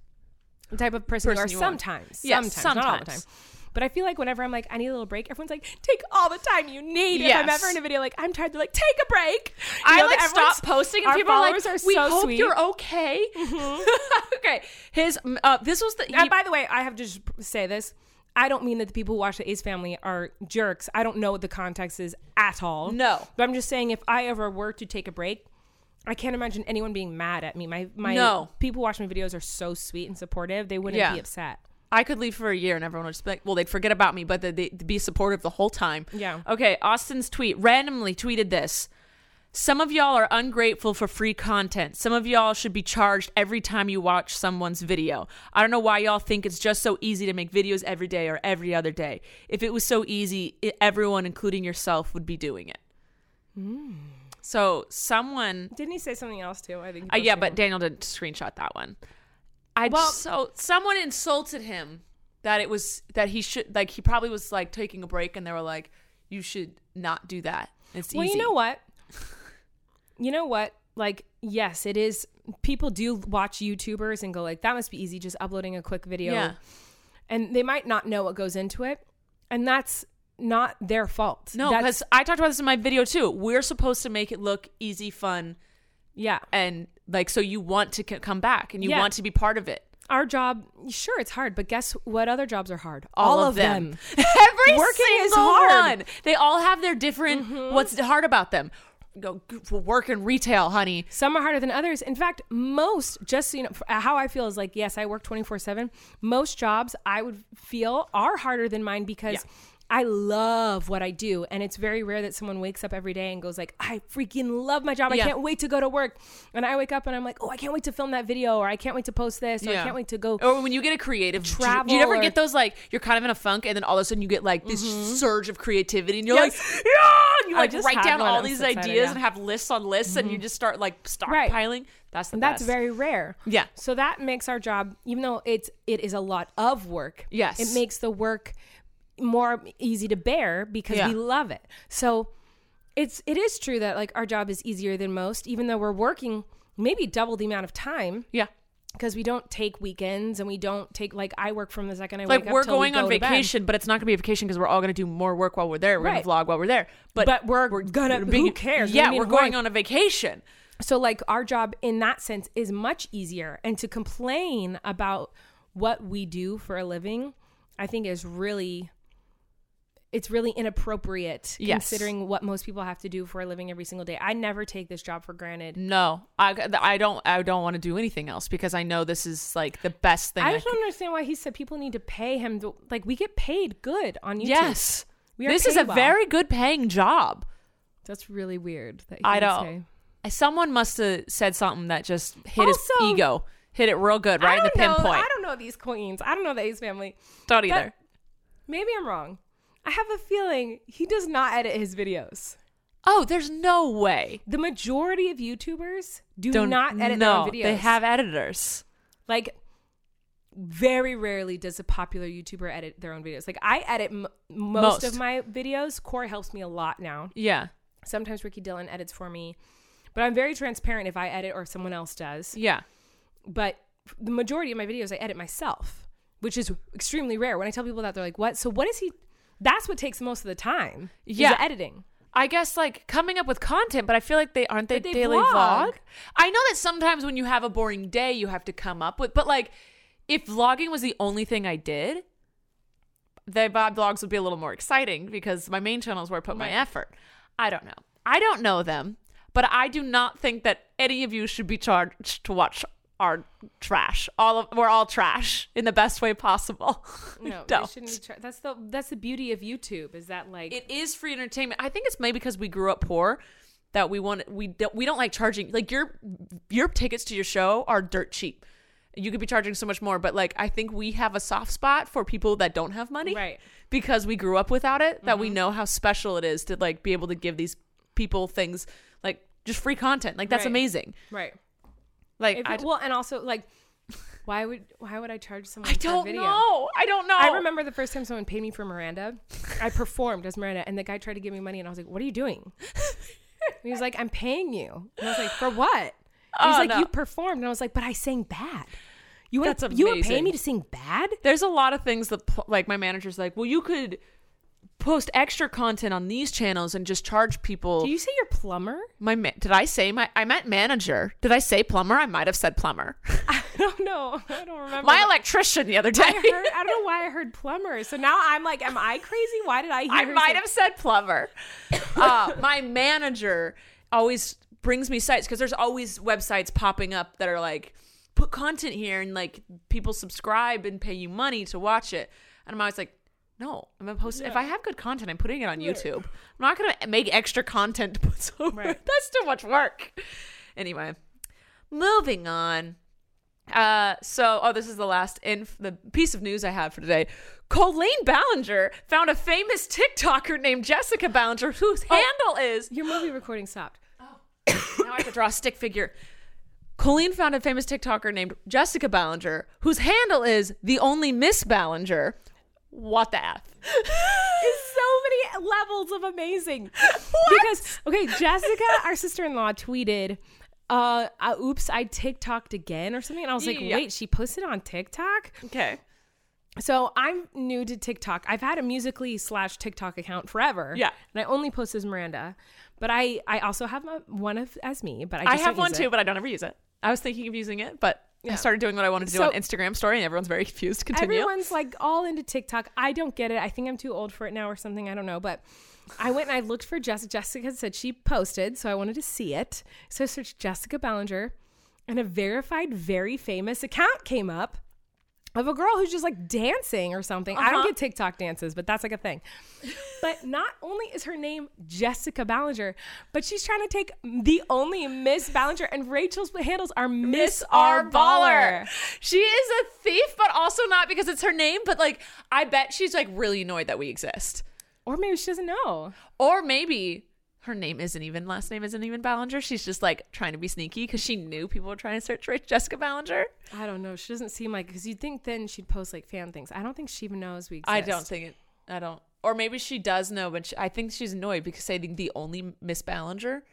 S2: the type of person,
S1: Person
S2: you
S1: you
S2: are
S1: are.
S2: sometimes.
S1: Yes,
S2: sometimes, Not all the time.
S1: sometimes.
S2: But I feel like whenever I'm like, I need a little break, everyone's like, take all the time you need. If I'm
S1: Yes.
S2: ever in a video like, I'm tired, they're like, take a break. You
S1: I
S2: know,
S1: like
S2: that
S1: stop
S2: everyone's-
S1: posting and
S2: our
S1: people are like,
S2: followers
S1: "We hope you're okay."
S2: Mm-hmm.
S1: okay, his mm, uh, this was the
S2: And
S1: he-
S2: by the way, I have to just say this. I don't mean that the people who watch the Ace Family are jerks. I don't know what the context is at all.
S1: No.
S2: But I'm just saying if I ever were to take a break, I can't imagine anyone being mad at me. My my
S1: No.
S2: people who watch my videos are so sweet and supportive. They wouldn't
S1: Yeah.
S2: be upset.
S1: I could leave for a year and everyone would just be like, well, they'd forget about me, but they'd, they'd be supportive the whole time.
S2: Yeah.
S1: Okay, Austin's tweet randomly tweeted this. Some of y'all are ungrateful for free content. Some of y'all should be charged every time you watch someone's video. I don't know why y'all think it's just so easy to make videos every day or every other day. If it was so easy, i everyone, including yourself, would be doing it. So someone
S2: Didn't he say something else too? I think.
S1: uh, yeah, but Daniel didn't screenshot that one. I
S2: Well-
S1: so someone insulted him that it was that he should like he probably was like taking a break and they were like you should not do that. It's
S2: Well,
S1: easy.
S2: you know what? You know what? Like, yes, it is. People do watch YouTubers and go like, that must be easy, just uploading a quick video.
S1: Yeah.
S2: And they might not know what goes into it. And that's not their fault.
S1: No,
S2: That's-
S1: because I talked about this in my video too. We're supposed to make it look easy, fun,
S2: yeah.
S1: and like so you want to c- come back and you
S2: Yeah.
S1: want to be part of it.
S2: Our job, sure, it's hard, but guess what other jobs are hard?
S1: All, of, them. Every
S2: Working
S1: single
S2: is hard. Mm-hmm.
S1: one. They all have their different. What's hard about them? Go g- work in retail, honey.
S2: Some are harder than others. In fact, most, just so you know, f- how I feel is like, yes, I work 24 7. Most jobs I would feel are harder than mine because.
S1: Yeah.
S2: I love what I do and it's very rare that someone wakes up every day and goes like I freaking love my job. I
S1: Yeah.
S2: can't wait to go to work. And I wake up and I'm like, "Oh, I can't wait to film that video or I can't wait to post this or I can't wait to go
S1: Or when you get a creative do you- Do
S2: travel
S1: you ever
S2: or- Mm-hmm.
S1: get those like you're kind of in a funk and then all of a sudden you get like this surge of creativity and you're
S2: Yes.
S1: like, yeah, and you
S2: I
S1: like
S2: just
S1: write
S2: had
S1: down
S2: one.
S1: all
S2: I'm
S1: these
S2: so excited,
S1: ideas
S2: yeah. Mm-hmm.
S1: and have lists on lists and you just start like
S2: Right.
S1: stockpiling. That's the
S2: That's
S1: best.
S2: very rare.
S1: Yeah.
S2: So that makes our job, even though it's it is a lot of work.
S1: Yes.
S2: It makes the work more easy to bear because
S1: Yeah.
S2: we love it. So it's it is true that like our job is easier than most, even though we're working maybe double the amount of time
S1: yeah.
S2: because we don't take weekends and we don't take like I work from the second I
S1: Like
S2: wake up
S1: we're
S2: till we
S1: going
S2: go
S1: on
S2: to bed.
S1: vacation, but it's not gonna be a vacation because we're all gonna do more work while we're there. We're
S2: Right.
S1: gonna vlog while we're there. But
S2: But we're gonna- who cares? We
S1: Yeah,
S2: mean
S1: we're
S2: we're
S1: going
S2: going-
S1: on a vacation.
S2: So like our job in that sense is much easier and to complain about what we do for a living I think is really it's really inappropriate
S1: Yes.
S2: considering what most people have to do for a living every single day. I never take this job for granted.
S1: No, I, I don't. I don't want to do anything else because I know this is like the best thing.
S2: I
S1: I
S2: just
S1: could-
S2: don't understand why he said people need to pay him to, like we get paid good on YouTube.
S1: Yes,
S2: We are
S1: this is a
S2: paid well.
S1: very good paying job.
S2: That's really weird that he
S1: I
S2: would
S1: don't.
S2: say.
S1: Someone must have said something that just hit his
S2: Also-
S1: ego, hit it real good, right
S2: I
S1: in the
S2: don't know,
S1: pinpoint.
S2: I don't know these queens. I don't know the Ace family.
S1: don't,
S2: that-
S1: either.
S2: Maybe I'm wrong. I have a feeling he does not edit his videos.
S1: Oh, there's no way.
S2: The majority of YouTubers do
S1: Don't
S2: not edit
S1: no,
S2: their own videos.
S1: They have editors.
S2: like very rarely does a popular YouTuber edit their own videos. Like I edit m-
S1: Most.
S2: most, of my videos. Corey helps me a lot now.
S1: Yeah,
S2: Sometimes Ricky Dillon edits for me, but I'm very transparent if I edit or if someone else does.
S1: yeah.
S2: But f- the majority of my videos I edit myself, which is extremely rare. When I tell people that, they're like, "What?" So what is he? That's what takes most of the time. is the
S1: Yeah.
S2: editing.
S1: I guess like coming up with content, but I feel like they aren't they,
S2: But they
S1: daily
S2: vlog.
S1: vlog. I know that sometimes when you have a boring day, you have to come up with. But like, if vlogging was the only thing I did, the Bob vlogs would be a little more exciting because my main channel is where I put my effort. I don't know. I don't know them, but I do not think that any of you should be charged to watch our trash. All of we're all trash in the best way possible.
S2: No, they
S1: Don't.
S2: shouldn't. be Tra- that's the that's the beauty of YouTube is that like
S1: it is free entertainment. I think it's maybe because we grew up poor that we want we don't we don't like charging like your your tickets to your show are dirt cheap. You could be charging so much more, but like I think we have a soft spot for people that don't have money,
S2: Right. Mm-hmm.
S1: Because we grew up without it, that we know how special it is to like be able to give these people things like just free content. Like that's
S2: Right.
S1: amazing.
S2: right.
S1: Like
S2: If
S1: I,
S2: it- well, and also like why would why would I charge someone?
S1: I
S2: for a
S1: don't
S2: video?
S1: know. I don't know.
S2: I remember the first time someone paid me for Miranda. I performed as Miranda, and the guy tried to give me money, and I was like, "What are you doing?" And he was like, "I'm paying you," and I was like, "For what?" And
S1: Oh,
S2: he's like,
S1: no.
S2: "You performed," and I was like, "But I sang bad." You would
S1: That's
S2: you would pay
S1: amazing.
S2: me to sing bad?
S1: There's a lot of things that pl- like my manager's like, well, you could post extra content on these channels and just charge people.
S2: Do you say you're plumber?
S1: my ma- did I say my I meant manager? Did I say plumber? I might have said plumber.
S2: I don't know. I don't remember.
S1: my electrician the other day.
S2: I, heard, I don't know why I heard plumber. So now I'm like, am I crazy? Why did I hear?
S1: I
S2: her
S1: might
S2: say-
S1: have said plumber. Uh, my manager always brings me sites because there's always websites popping up that are like, put content here and like people subscribe and pay you money to watch it. And I'm always like, no, I'm gonna post. If I have good content, I'm putting it on YouTube. I'm not gonna make extra content to put over.
S2: Right.
S1: That's too much work. Anyway, moving on. Uh, so, oh, this is the last inf- the piece of news I have for today. Colleen Ballinger found a famous TikToker named Jessica Ballinger, whose
S2: Oh.
S1: handle is.
S2: Your movie recording stopped.
S1: Now I have to draw a stick figure. Colleen found a famous TikToker named Jessica Ballinger, whose handle is the only Miss Ballinger. What the f?
S2: so many levels of amazing. Because okay, Jessica, our sister-in-law, tweeted, uh, uh, "Oops, I TikToked again" or something, and I was like,
S1: Yeah.
S2: "Wait, she posted on TikTok?"
S1: Okay.
S2: So I'm new to TikTok. I've had a Musically slash TikTok account forever.
S1: Yeah.
S2: and I only post as Miranda, but I I also have a, one of as me. But I,
S1: I
S2: just
S1: have
S2: don't
S1: one
S2: use
S1: too,
S2: it.
S1: but I don't ever use it. I was thinking of using it, but I
S2: Yeah.
S1: started doing what I wanted to do
S2: So-
S1: on Instagram story, and everyone's very confused. Continue.
S2: Everyone's like all into TikTok. I don't get it. I think I'm too old for it now or something. I don't know. But I went and I looked for Jessica. Jessica said she posted, so I wanted to see it. So I searched Jessica Ballinger, and a verified, very famous account came up of a girl who's just like dancing or something. I don't
S1: Uh-huh.
S2: get TikTok dances, but that's like a thing. But not only is her name Jessica Ballinger, but she's trying to take the only Miss Ballinger, and Rachel's handles are Miss R. Baller.
S1: She is a thief, but also not because it's her name, but like I bet she's like really annoyed that we exist.
S2: Or maybe she doesn't know.
S1: Or maybe her name isn't even last name isn't even Ballinger. She's just like trying to be sneaky because she knew people were trying to search for Jessica Ballinger.
S2: I don't know. She doesn't seem like because you'd think then she'd post like fan things. I don't think she even knows we exist.
S1: I don't think it. I don't. Or maybe she does know, but she, I think she's annoyed because saying the only Miss Ballinger,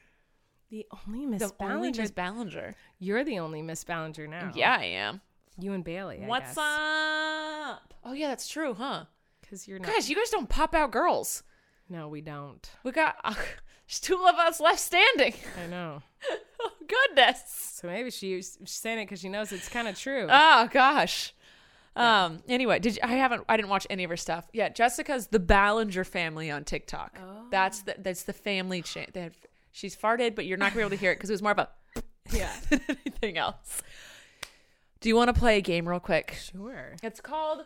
S2: the only Miss
S1: the only
S2: Ballinger.
S1: Miss Ballinger.
S2: You're the only Miss Ballinger now.
S1: Yeah, I am.
S2: you and Bailey. I
S1: What's
S2: guess.
S1: up? Oh yeah, that's true, huh?
S2: Because you're not.
S1: Guys, you guys don't pop out girls.
S2: No, we don't.
S1: We got there's two of us left standing.
S2: I know.
S1: Oh goodness.
S2: So maybe she she's saying it because she knows it's kind of true.
S1: Oh gosh. Um. Anyway, did you, I haven't I didn't watch any of her stuff. Yeah, Jessica's the Ballinger family on TikTok. That's the that's the family cha- they had, She's farted, but you're not gonna be able to hear it because it was more about
S2: yeah.
S1: than anything else. Do you want to play a game real quick?
S2: Sure.
S1: It's called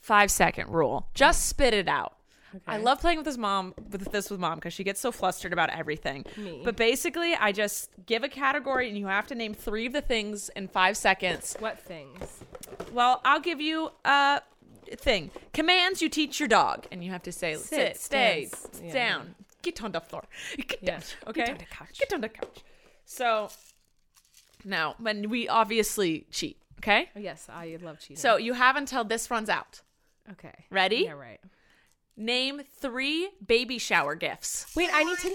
S1: Five Second Rule. Just spit it out. I love playing with his mom with this with mom because she gets so flustered about everything.
S2: Me.
S1: But basically, I just give a category and you have to name three of the things in five seconds.
S2: What things?
S1: Well, I'll give you a thing. Commands you teach your dog, and you have to say sit,
S2: Sit,
S1: stay,
S2: stands.
S1: s-
S2: Yeah.
S1: down, get on the floor, get
S2: Yeah.
S1: down,
S2: Get
S1: okay,
S2: on the couch.
S1: get on the couch. So now, when we obviously cheat, okay?
S2: Oh, yes, I love cheating.
S1: So you have until this runs out.
S2: okay.
S1: Ready?
S2: Yeah. Right.
S1: Name three baby shower gifts.
S2: Wait, I need to.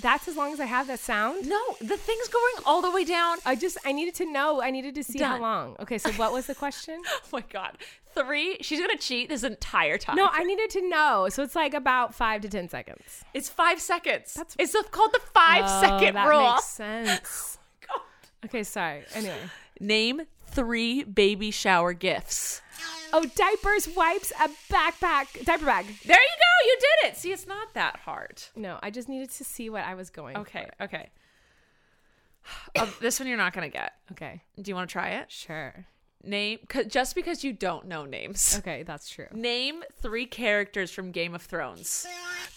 S2: That's as long as I have that sound.
S1: No, the thing's going all the way down.
S2: I just I needed to know. I needed to see
S1: Done.
S2: how long. Okay. So what was the question?
S1: Oh my god. Three. She's gonna cheat this entire time.
S2: No, I needed to know. So it's like about five to ten seconds.
S1: it's five seconds.
S2: That's-
S1: it's the- called the five
S2: Oh,
S1: second
S2: that
S1: rule.
S2: Makes sense.
S1: God.
S2: okay, sorry. Anyway.
S1: Name three baby shower gifts.
S2: Oh, diapers, wipes, a backpack, diaper bag.
S1: There you go. You did it. See, it's not that hard.
S2: No, I just needed to see what I was going.
S1: Okay. Okay. Oh, this one you're not gonna get.
S2: for. Okay.
S1: Do you want to try it?
S2: Sure.
S1: Name 'cause- just because you don't know names.
S2: Okay, that's true.
S1: Name three characters from Game of Thrones.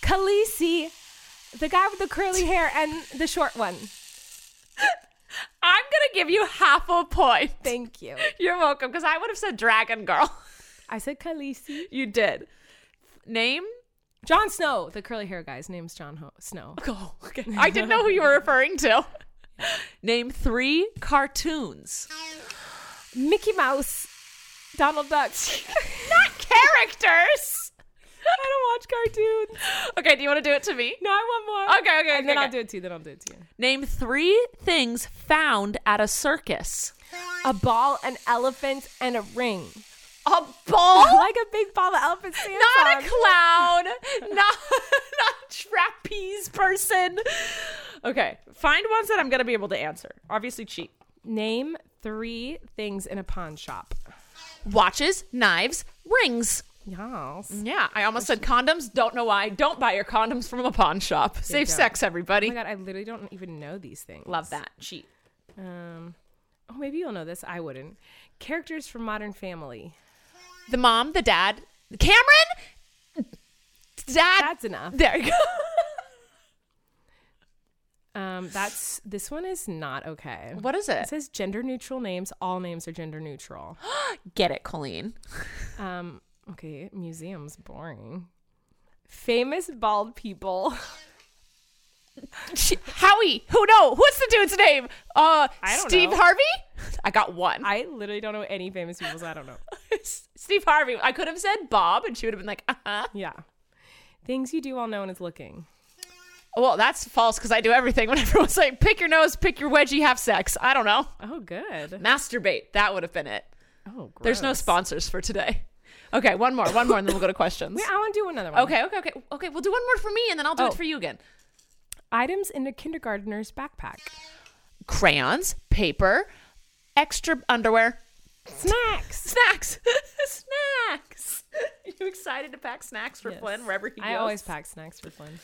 S2: Khaleesi, the guy with the curly hair and the short one.
S1: I'm gonna give you half a point.
S2: Thank you.
S1: You're welcome, because I would have said Dragon Girl.
S2: I said Khaleesi.
S1: you did. Name?
S2: Jon Snow, the curly hair guy's name's Jon Ho- Snow.
S1: Oh, okay. I didn't know who you were referring to. Name three cartoons.
S2: Mickey Mouse, Donald Duck.
S1: Not characters.
S2: I don't watch cartoons.
S1: Okay, do you want to do it to me?
S2: No, I want more.
S1: Okay, okay,
S2: And then
S1: okay,
S2: I'll
S1: okay.
S2: do it to you. Then I'll do it to you.
S1: Name three things found at a circus.
S2: A ball, an elephant, and a ring.
S1: A ball?
S2: Like a big ball of elephant stands
S1: not
S2: on.
S1: a clown, not not a trapeze person. Okay, find ones that I'm gonna be able to answer. Obviously, cheap.
S2: Name three things in a pawn shop.
S1: Watches, knives, rings.
S2: Yes. Oh
S1: Yeah, I almost said condoms. Don't know why. Don't buy your condoms from a pawn shop. Save
S2: don't.
S1: sex, everybody.
S2: Oh my god, I literally don't even know these things.
S1: Love that. Cheap.
S2: Um, oh, maybe you'll know this. I wouldn't. Characters from Modern Family.
S1: The mom, the dad, Cameron, dad.
S2: That's enough.
S1: there you go.
S2: Um, that's this one is not okay.
S1: What is
S2: It
S1: it?
S2: says gender neutral names. All names are gender neutral.
S1: Get it, Colleen.
S2: Um, okay, museums boring. Famous bald people.
S1: She, Howie, who no? What's the dude's name? Uh,
S2: I don't
S1: Steve
S2: know.
S1: Harvey. I got one.
S2: I literally don't know any famous people, so I don't know.
S1: Steve Harvey. I could have said Bob, and she would have been like, uh-huh.
S2: Yeah. Things you do while no one is looking.
S1: Well, that's false because I do everything when everyone's like, pick your nose, pick your wedgie, have sex. I don't know.
S2: Oh, good.
S1: Masturbate. That would have been it.
S2: Oh, gross.
S1: There's no sponsors for today. Okay, one more, one more, and then we'll go to questions.
S2: I want to do another one.
S1: Okay, okay, okay. Okay, we'll do one more for me, and then I'll do
S2: Oh.
S1: it for you again.
S2: Items in a kindergartner's backpack.
S1: Crayons, paper, extra underwear,
S2: Snacks.
S1: snacks. snacks. you excited to pack snacks for Flynn wherever he goes?
S2: I always pack snacks for Flynn.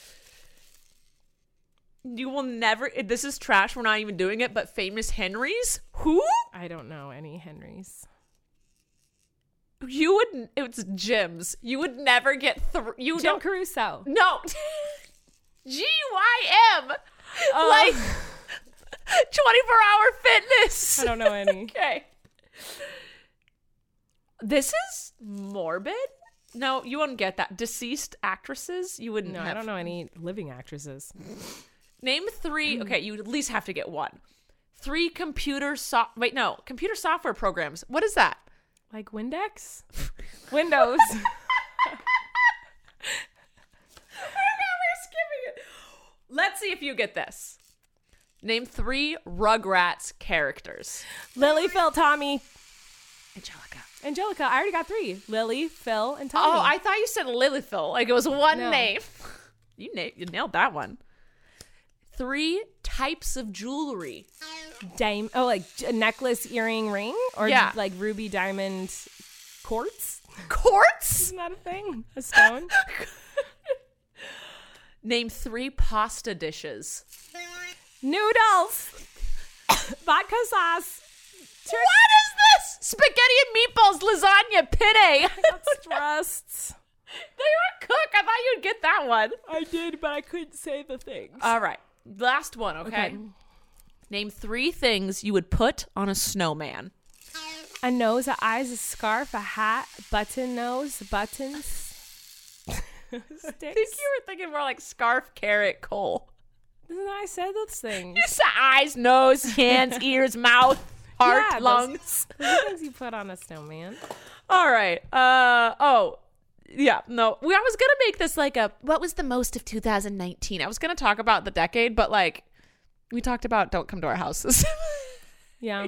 S1: You will never. This is trash. We're not even doing it. But famous Henrys. Who?
S2: I don't know any Henrys.
S1: You would. It's Jim's. You would never get through. You
S2: Jim
S1: don't.
S2: Caruso. Uh,
S1: No. G Y M.
S2: Uh.
S1: Like twenty four hour fitness.
S2: I don't know any.
S1: Okay. This is morbid. No, you wouldn't get that. Deceased actresses. You wouldn't.
S2: No,
S1: have.
S2: I don't know any living actresses.
S1: Name three.
S2: Mm.
S1: Okay, you at least have to get one. Three computer so. Wait, no, computer software programs. What is that?
S2: Like Windex? Windows.
S1: we're skipping it. Let's see if you get this. Name three Rugrats characters.
S2: Lily, Phil, Tommy,
S1: Angelica.
S2: Angelica. I already got three. Lily, Phil, and Tommy.
S1: Oh, I thought you said Lilithil. Like it was one
S2: No.
S1: name. You, na- you nailed that one. Three types of jewelry.
S2: Dime. Oh, like j- necklace, earring, ring? Or
S1: Yeah.
S2: like ruby, diamond, quartz?
S1: Quartz.
S2: Isn't that a thing? A stone?
S1: Name three pasta dishes.
S2: Noodles. Vodka sauce.
S1: What is this? Spaghetti and meatballs, lasagna, penne.
S2: Thrusts.
S1: They were cook. I thought you'd get that one.
S2: I did, but I couldn't say the things.
S1: All right. Last one, okay?
S2: Okay.
S1: Name three things you would put on a snowman.
S2: A nose, a eyes, a scarf, a hat, button nose, buttons.
S1: I think
S2: Sticks.
S1: you were thinking more like scarf, carrot, coal.
S2: Then I said those things.
S1: It's the eyes, nose, hands, ears, mouth, heart,
S2: Yeah, those-
S1: lungs.
S2: Those are things you put on a snowman.
S1: All right. Uh oh. Yeah, no. We I was gonna make this like a what was the most of 2019? I was gonna talk about the decade, but like we talked about don't come to our houses.
S2: Yeah.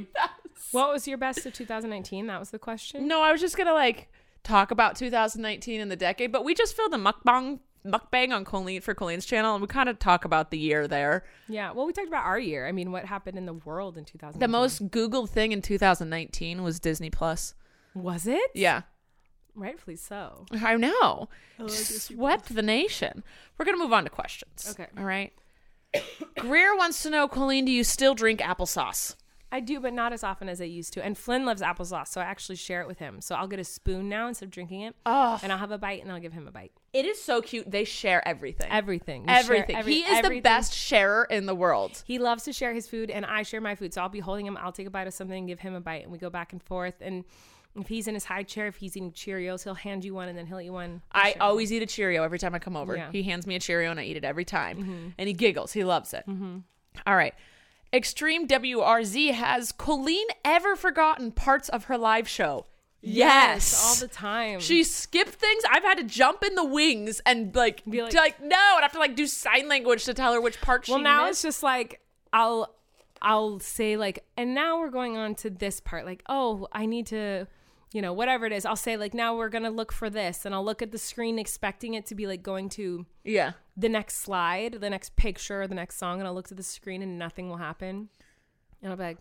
S2: What was your best of 2019? That was the question.
S1: No, I was just gonna like talk about 2019 and the decade, but we just filmed a mukbang mukbang on Colleen for Colleen's channel, and we kind of talk about the year there.
S2: Yeah. Well, we talked about our year. I mean, what happened in the world in 2019?
S1: The most Googled thing in 2019 was Disney Plus.
S2: was it?
S1: Yeah,
S2: Rightfully so.
S1: I know. Swept the nation. We're gonna move on to questions.
S2: Okay.
S1: All right. Greer wants to know, Colleen, do you still drink applesauce?
S2: I do, but not as often as I used to. And Flynn loves applesauce, so I actually share it with him. So I'll get a spoon now instead of drinking it.
S1: Oh.
S2: And I'll have a bite and I'll give him a bite.
S1: It is so cute. They share everything.
S2: Everything. We share
S1: everything.
S2: every-
S1: he is the
S2: everything.
S1: best sharer in the world.
S2: He loves to share his food, and I share my food. So I'll be holding him. I'll take a bite of something, give him a bite, and we go back and forth. And if he's in his high chair, if he's eating Cheerios, he'll hand you one, and then he'll eat one.
S1: I always eat a Cheerio every time I come over.
S2: Yeah. Mm-hmm.
S1: He hands me a Cheerio and I eat it every time. And he giggles. He loves it. All right. Extreme WRZ has Colleen ever forgotten parts of her live show? Yes.
S2: all the time.
S1: she skipped things. I've had to jump in the wings and like,
S2: Be
S1: be
S2: like-
S1: like, no, and I have to like do sign language to tell her which part
S2: well,
S1: she
S2: now
S1: missed.
S2: it's just like I'll I'll say like, and now we're going on to this part. Like, oh, I need to, you know, whatever it is. I'll say like, now we're gonna look for this, and I'll look at the screen expecting it to be like going to
S3: Yeah.
S2: the next slide, the next picture, the next song, and I'll look to the screen and nothing will happen. And I'll be like,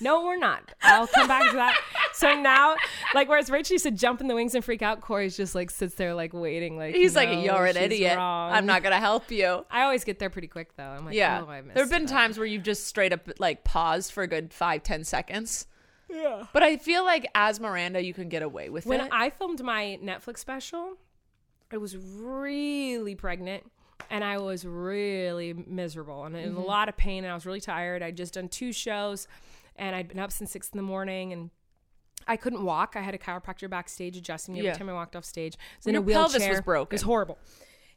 S2: no, we're not. I'll come back to that. So now, like, whereas Rachel used to jump in the wings and freak out, Corey's just like sits there, like, waiting. Like,
S1: He's
S2: "No,
S1: like, you're an
S2: she's
S1: idiot.
S2: wrong."
S1: I'm not gonna help you.
S2: I always get there pretty quick, though. I'm like,
S1: Yeah.
S2: oh, I missed.
S1: there have been
S2: that."
S1: times where you've just straight up like paused for a good five, ten seconds. Yeah. But I feel like as Miranda, you can get away with
S2: When
S1: it.
S2: I filmed my Netflix special, I was really pregnant and I was really miserable and
S1: Mm-hmm.
S2: in a lot of pain and I was really tired. I'd just done two shows and I'd been up since six in the morning and I couldn't walk. I had a chiropractor backstage adjusting me
S1: Yeah.
S2: every time I walked off stage. I was
S1: Well,
S2: in a
S1: your pelvis
S2: wheelchair.
S1: was
S2: It was
S1: broken.
S2: horrible.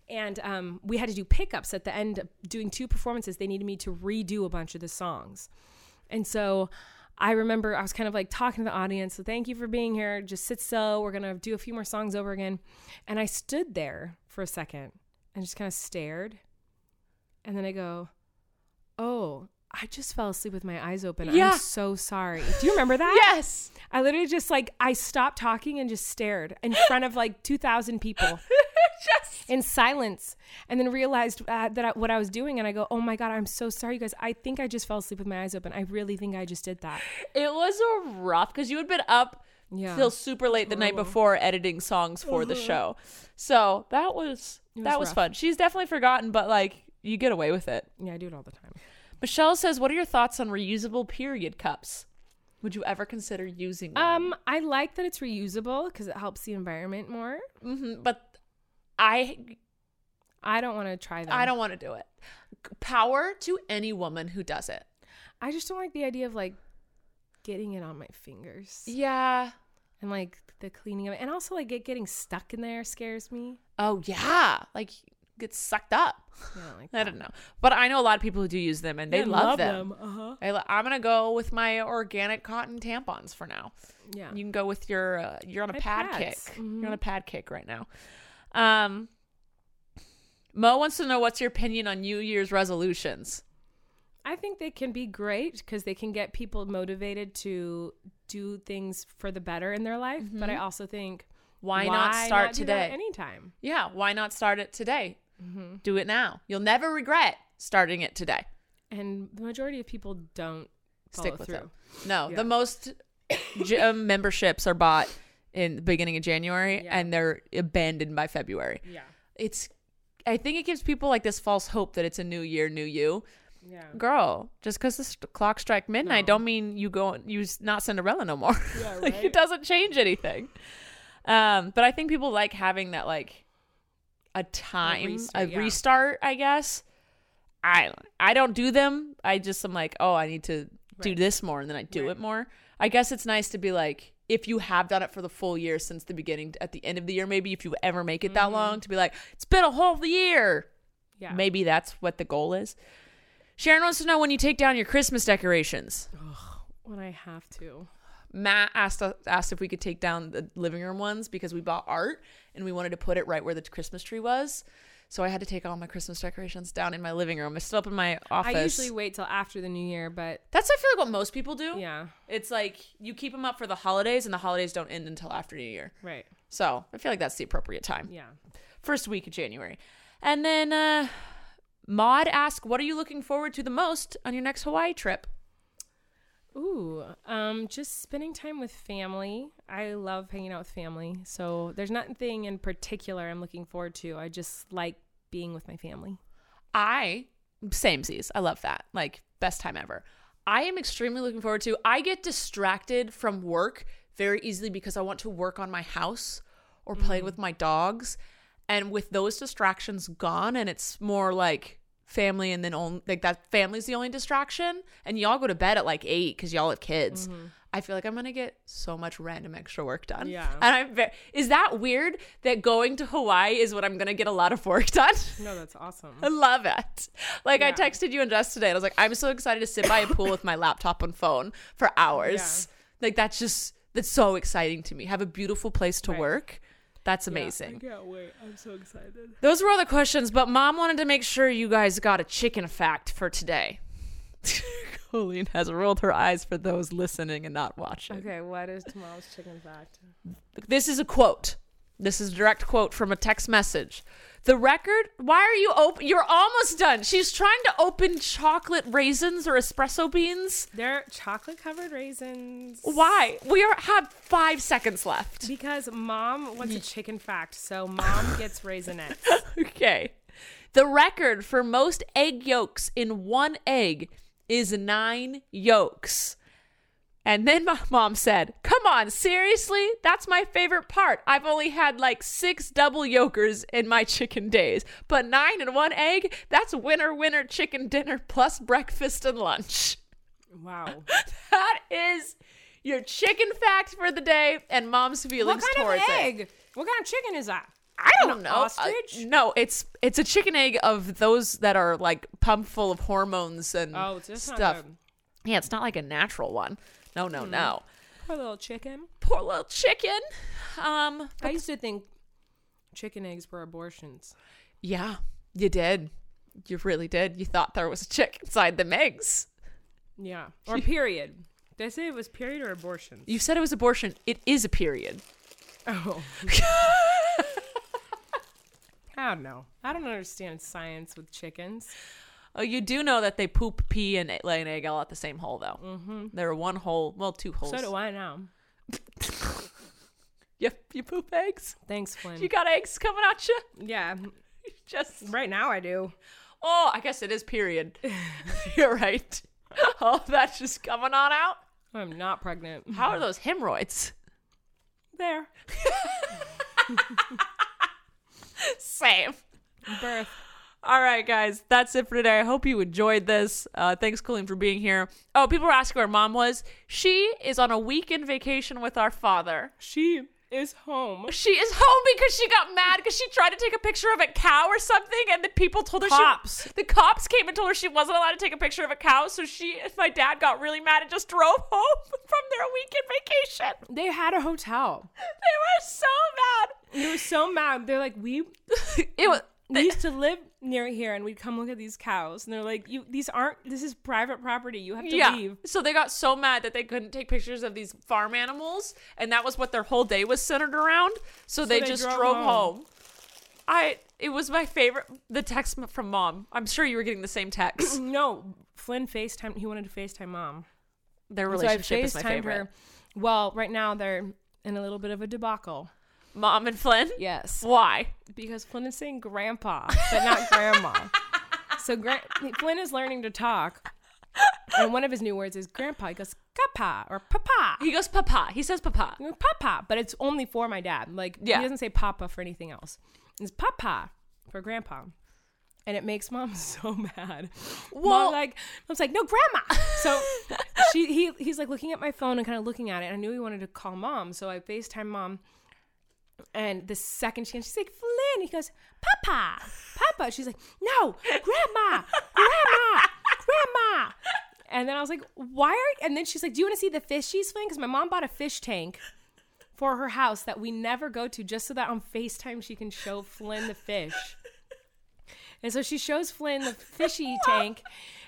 S2: And um, we had to do pickups at the end of doing two performances. They needed me to redo a bunch of the songs. And so I remember I was kind of like talking to the audience. So thank you for being here. Just sit still. We're going to do a few more songs over again. And I stood there for a second and just kind of stared. And then I go, oh, I just fell asleep with my eyes open.
S1: Yeah.
S2: I'm so sorry. Do you remember that?
S1: yes.
S2: I literally just like, I stopped talking and just stared in front of like 2,000 people
S1: Yes.
S2: in silence and then realized uh, that I, what I was doing and I go, "Oh my god, I'm so sorry you guys. I think I just fell asleep with my eyes open. I really think I just did that."
S1: It was a rough because you had been up
S2: Yeah. Uh-huh.
S1: till super late the night before editing songs for the show. So that was,
S2: It
S1: that was
S2: was rough.
S1: fun. She's definitely forgotten, but like you get away with it.
S2: Yeah, I do it all the time.
S1: Michelle says, "What are your thoughts on reusable period cups? Would you ever consider using one?"
S2: Um, I like that it's reusable cuz it helps the environment more.
S1: Mhm, but I
S2: I don't want to try that.
S1: I don't want to do it. Power to any woman who does it.
S2: I just don't like the idea of like getting it on my fingers
S1: Yeah.
S2: and like the cleaning of it and also like it getting stuck in there scares me.
S1: Oh yeah. Like get sucked up.
S2: I don't like
S1: I don't know, but I know a lot of people who do use them and they
S2: Yeah,
S1: love, them.
S2: Uh-huh.
S1: I lo- I'm gonna go with my organic cotton tampons for now.
S2: Yeah.
S1: You can go with your uh, you're on a
S2: My
S1: pad
S2: pads.
S1: kick. You're on a pad kick right now. Um, Mo wants to know what's your opinion on New Year's resolutions.
S2: I think they can be great because they can get people motivated to do things for the better in their life. But I also think
S1: Mm-hmm. Why, not start
S2: do that
S1: today?
S2: anytime?
S1: yeah, why not start it today?
S2: Mm-hmm.
S1: Do it now. You'll never regret starting it today.
S2: And the majority of people don't follow
S1: Stick with
S2: through.
S1: them. No,
S2: Yeah.
S1: the most gym memberships are bought in the beginning of January
S2: Yeah.
S1: and they're abandoned by February.
S2: Yeah,
S1: It's I think it gives people like this false hope that it's a new year, new you.
S2: yeah,
S1: Girl, just because the st- clock strike midnight,
S2: No.
S1: don't mean you go you s- not Cinderella no more.
S2: Yeah,
S1: like,
S2: right?
S1: it doesn't change anything. Um, but I think people like having that like a time, a restart,
S2: restart, yeah.
S1: I guess. I I don't do them. I just am like, oh, I need to do
S2: Right.
S1: this more, and then I do it more. I guess it's nice to be like, if you have done it for the full year since the beginning, at the end of the year, maybe if you ever make it that
S2: Mm-hmm.
S1: long, to be like, it's been a whole year.
S2: yeah.
S1: Maybe that's what the goal is. Sharon wants to know when you take down your Christmas decorations.
S2: When I have to,
S1: Matt asked asked if we could take down the living room ones because we bought art and we wanted to put it right where the Christmas tree was. So I had to take all my Christmas decorations down in my living room. It's still up in my office.
S2: I usually wait till after the new year. But
S1: That's I feel like what most people do.
S2: yeah,
S1: It's like you keep them up for the holidays and the holidays don't end until after New Year.
S2: right,
S1: So I feel like that's the appropriate time.
S2: yeah.
S1: First week of January. And then uh Maud asked, What are you looking forward to the most on your next Hawaii trip?
S2: Ooh, um, just spending time with family. I love hanging out with family. So there's nothing in particular I'm looking forward to. I just like being with my family.
S1: I samesies. I love that. Like best time ever. I am extremely looking forward to. I get distracted from work very easily because I want to work on my house or play with my dogs. And with those distractions gone and it's more like family and then only like that family's the only distraction and y'all go to bed at like 8 cuz y'all have kids. I feel like I'm going to get so much random extra work done.
S2: Yeah.
S1: And I'm ve- is that weird that going to Hawaii is what I'm going to get a lot of work done?
S2: No, that's awesome.
S1: I love it. Like I
S2: Yeah.
S1: texted you and Jess today, and I was like, I'm so excited to sit by a pool with my laptop and phone for hours. Like that's just that's so exciting to me. Have a beautiful place to
S2: Right.
S1: work. That's amazing.
S2: can't wait. I'm so excited.
S1: Those were all the questions, but mom wanted to make sure you guys got a chicken fact for today. Colleen has rolled her eyes for those listening and not watching.
S2: Okay, what is tomorrow's chicken fact?
S1: This is a quote. This is a direct quote from a text message. The record, why are you open? You're almost done. She's trying to open chocolate raisins or espresso beans.
S2: They're chocolate covered raisins.
S1: Why? We are, have five seconds left.
S2: Because mom wants a chicken fact, so mom gets raisinette.
S1: Okay. The record for most egg yolks in one egg is nine yolks. And then my mom said, Come on, seriously? That's my favorite part. I've only had like six double yolkers in my chicken days, but nine in one egg? That's winner, winner chicken dinner plus breakfast and lunch.
S2: Wow.
S1: That is your chicken fact for the day and mom's
S2: what
S1: feelings
S2: kind
S1: towards
S2: of
S1: it.
S2: egg? What kind of chicken is that?
S1: I don't
S2: An
S1: know. Uh,
S2: ostrich?
S1: no, it's it's a chicken egg of those that are like pumped full of hormones and
S2: Oh, it's just
S1: stuff.
S2: Not good. Hmm.
S1: Yeah, it's not like a natural one. No, no, no.
S2: Poor little chicken.
S1: Poor little chicken. Um,
S2: I used to think chicken eggs were abortions.
S1: yeah, you did. You really did. You thought there was a chick inside them eggs.
S2: Yeah. Or period. Did I say it was period or abortion?
S1: You said it was abortion. It is a period.
S2: Oh. I don't know. I don't understand science with chickens.
S1: Oh, you do know that they poop, pee, and lay an egg all at the same hole, though. Mm-hmm. They're one hole, well, two holes.
S2: So do I now.
S1: You, you poop eggs.
S2: Thanks, Flynn.
S1: You got eggs coming at you.
S2: yeah.
S1: Just
S2: Right now I do.
S1: Oh, I guess it is period. You're right. All of that's just coming on out.
S2: I'm not pregnant.
S1: How are those hemorrhoids?
S2: There.
S1: Same.
S2: Birth.
S1: All right, guys, that's it for today. I hope you enjoyed this. Uh, thanks, Colleen, for being here. Oh, people were asking where mom was. She is on a weekend vacation with our father.
S2: She is home.
S1: She is home because she got mad because she tried to take a picture of a cow or something, and the people told her
S2: Cops.
S1: she. The cops came and told her she wasn't allowed to take a picture of a cow, so she, my dad, got really mad and just drove home from their weekend vacation.
S2: They had a hotel.
S1: They were so mad.
S2: They were so mad. They're like, we
S1: It was.
S2: we used to live near here, and we'd come look at these cows, and they're like, you these aren't. This is private property. You have to
S1: Yeah.
S2: leave.
S1: So they got so mad that they couldn't take pictures of these farm animals, and that was what their whole day was centered around. So, they,
S2: they
S1: just
S2: drove
S1: drove,
S2: home.
S1: home. I. It was my favorite. The text m- from mom. I'm sure you were getting the same text.
S2: No, Flynn Facetime. He wanted to Facetime mom.
S1: Their
S2: So I
S1: relationship is my
S2: FaceTimed
S1: favorite.
S2: her. Well, right now they're in a little bit of a debacle.
S1: Mom and Flynn.
S2: Yes,
S1: Why?
S2: because Flynn is saying grandpa, but not grandma. so gra- Flynn is learning to talk, and one of his new words is grandpa. He goes papa or papa.
S1: He goes papa. He says papa.
S2: you know, papa, but it's only for my dad. Like
S1: Yeah.
S2: he doesn't say papa for anything else. It's papa for grandpa. And it makes mom so mad.
S1: Well-
S2: mom like mom's like, no grandma. So she he he's like looking at my phone and kind of looking at it. I knew he wanted to call mom, so I FaceTime mom. And the second she and she's like, Flynn, he goes, Papa, Papa. She's like, No, Grandma, Grandma, Grandma. And then I was like, Why are and then she's like, Do you want to see the fish she's Flynn? Because my mom bought a fish tank for her house that we never go to just so that on FaceTime she can show Flynn the fish. And so she shows Flynn the fishy tank.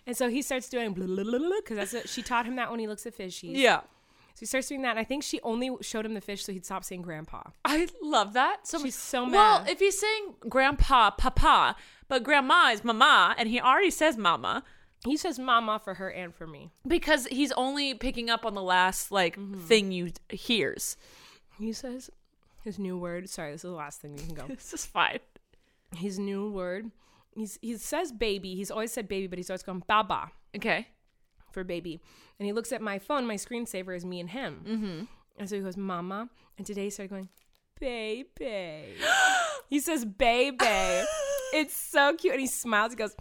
S2: And so he starts doing because that's what she taught him that when he looks at fishies.
S1: Yeah.
S2: So he starts doing that. And I think she only showed him the fish so he'd stop saying grandpa.
S1: I love that. So
S2: She's so
S1: Well,
S2: mad.
S1: if he's saying grandpa, papa, but grandma is mama, and he already says mama.
S2: He says mama for her and for me.
S1: because he's only picking up on the last like thing you hears.
S2: He says his new word. Sorry, this is the last thing you can go.
S1: This is fine.
S2: his new word. He's, he says baby. He's always said baby, but he's always gone baba.
S1: Okay.
S2: for baby. And he looks at my phone. My screensaver is me and him. Mm-hmm. And so he goes, Mama. And today he started going, Baby. he says, Baby. it's so cute. And he smiles. He goes,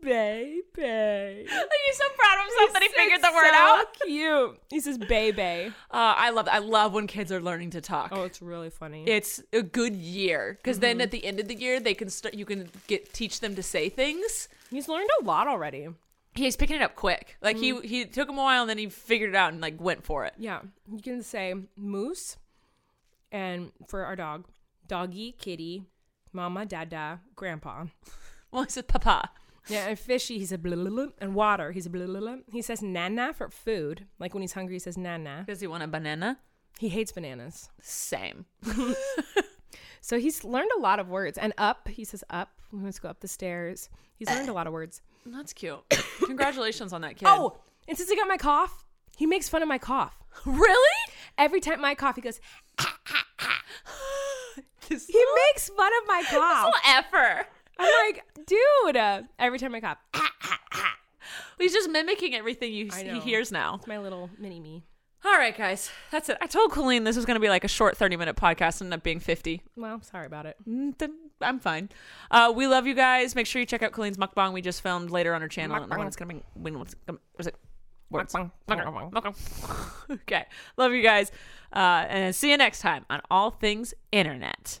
S2: Baby.
S1: Like he's so proud of himself that he figured the
S2: It's
S1: word
S2: so
S1: out.
S2: cute. He says, Baby.
S1: Uh, I love I love when kids are learning to talk.
S2: Oh, it's really funny.
S1: It's a good year because then at the end of the year they can start. You can get teach them to say things.
S2: He's learned a lot already.
S1: He's picking it up quick. Like he he took him a while and then he figured it out and like went for it.
S2: Yeah. You can say moose and for our dog, doggy, kitty, mama, dada, grandpa.
S1: Well, he said papa.
S2: Yeah, and fishy, he said blululum, and water, he said blululum. He says nana for food. Like when he's hungry, he says nana.
S1: Does he want a banana?
S2: He hates bananas.
S4: Same.
S2: So he's learned a lot of words. And up, he says up. We must go up the stairs. He's learned a lot of words.
S1: That's cute. Congratulations on that kid.
S2: Oh, and since he got my cough, he makes fun of my cough.
S1: really?
S2: Every time I cough, he goes,
S1: This
S2: he makes fun of my cough.
S4: Effort.
S2: I'm like, dude, uh, every time I cough,
S1: He's just mimicking everything you he
S2: know.
S1: hears now.
S2: my little mini me.
S1: All right, guys, that's it. I told Colleen this was going to be like a short 30 minute podcast, ended up being 50.
S2: Well, sorry about it.
S1: Mm, th- I'm fine. Uh, we love you guys. Make sure you check out Colleen's mukbang we just filmed later on her channel. And the one that's going to be when what's gonna- was it? Words. Mukbang. okay, love you guys, uh, and see you next time on All Things Internet.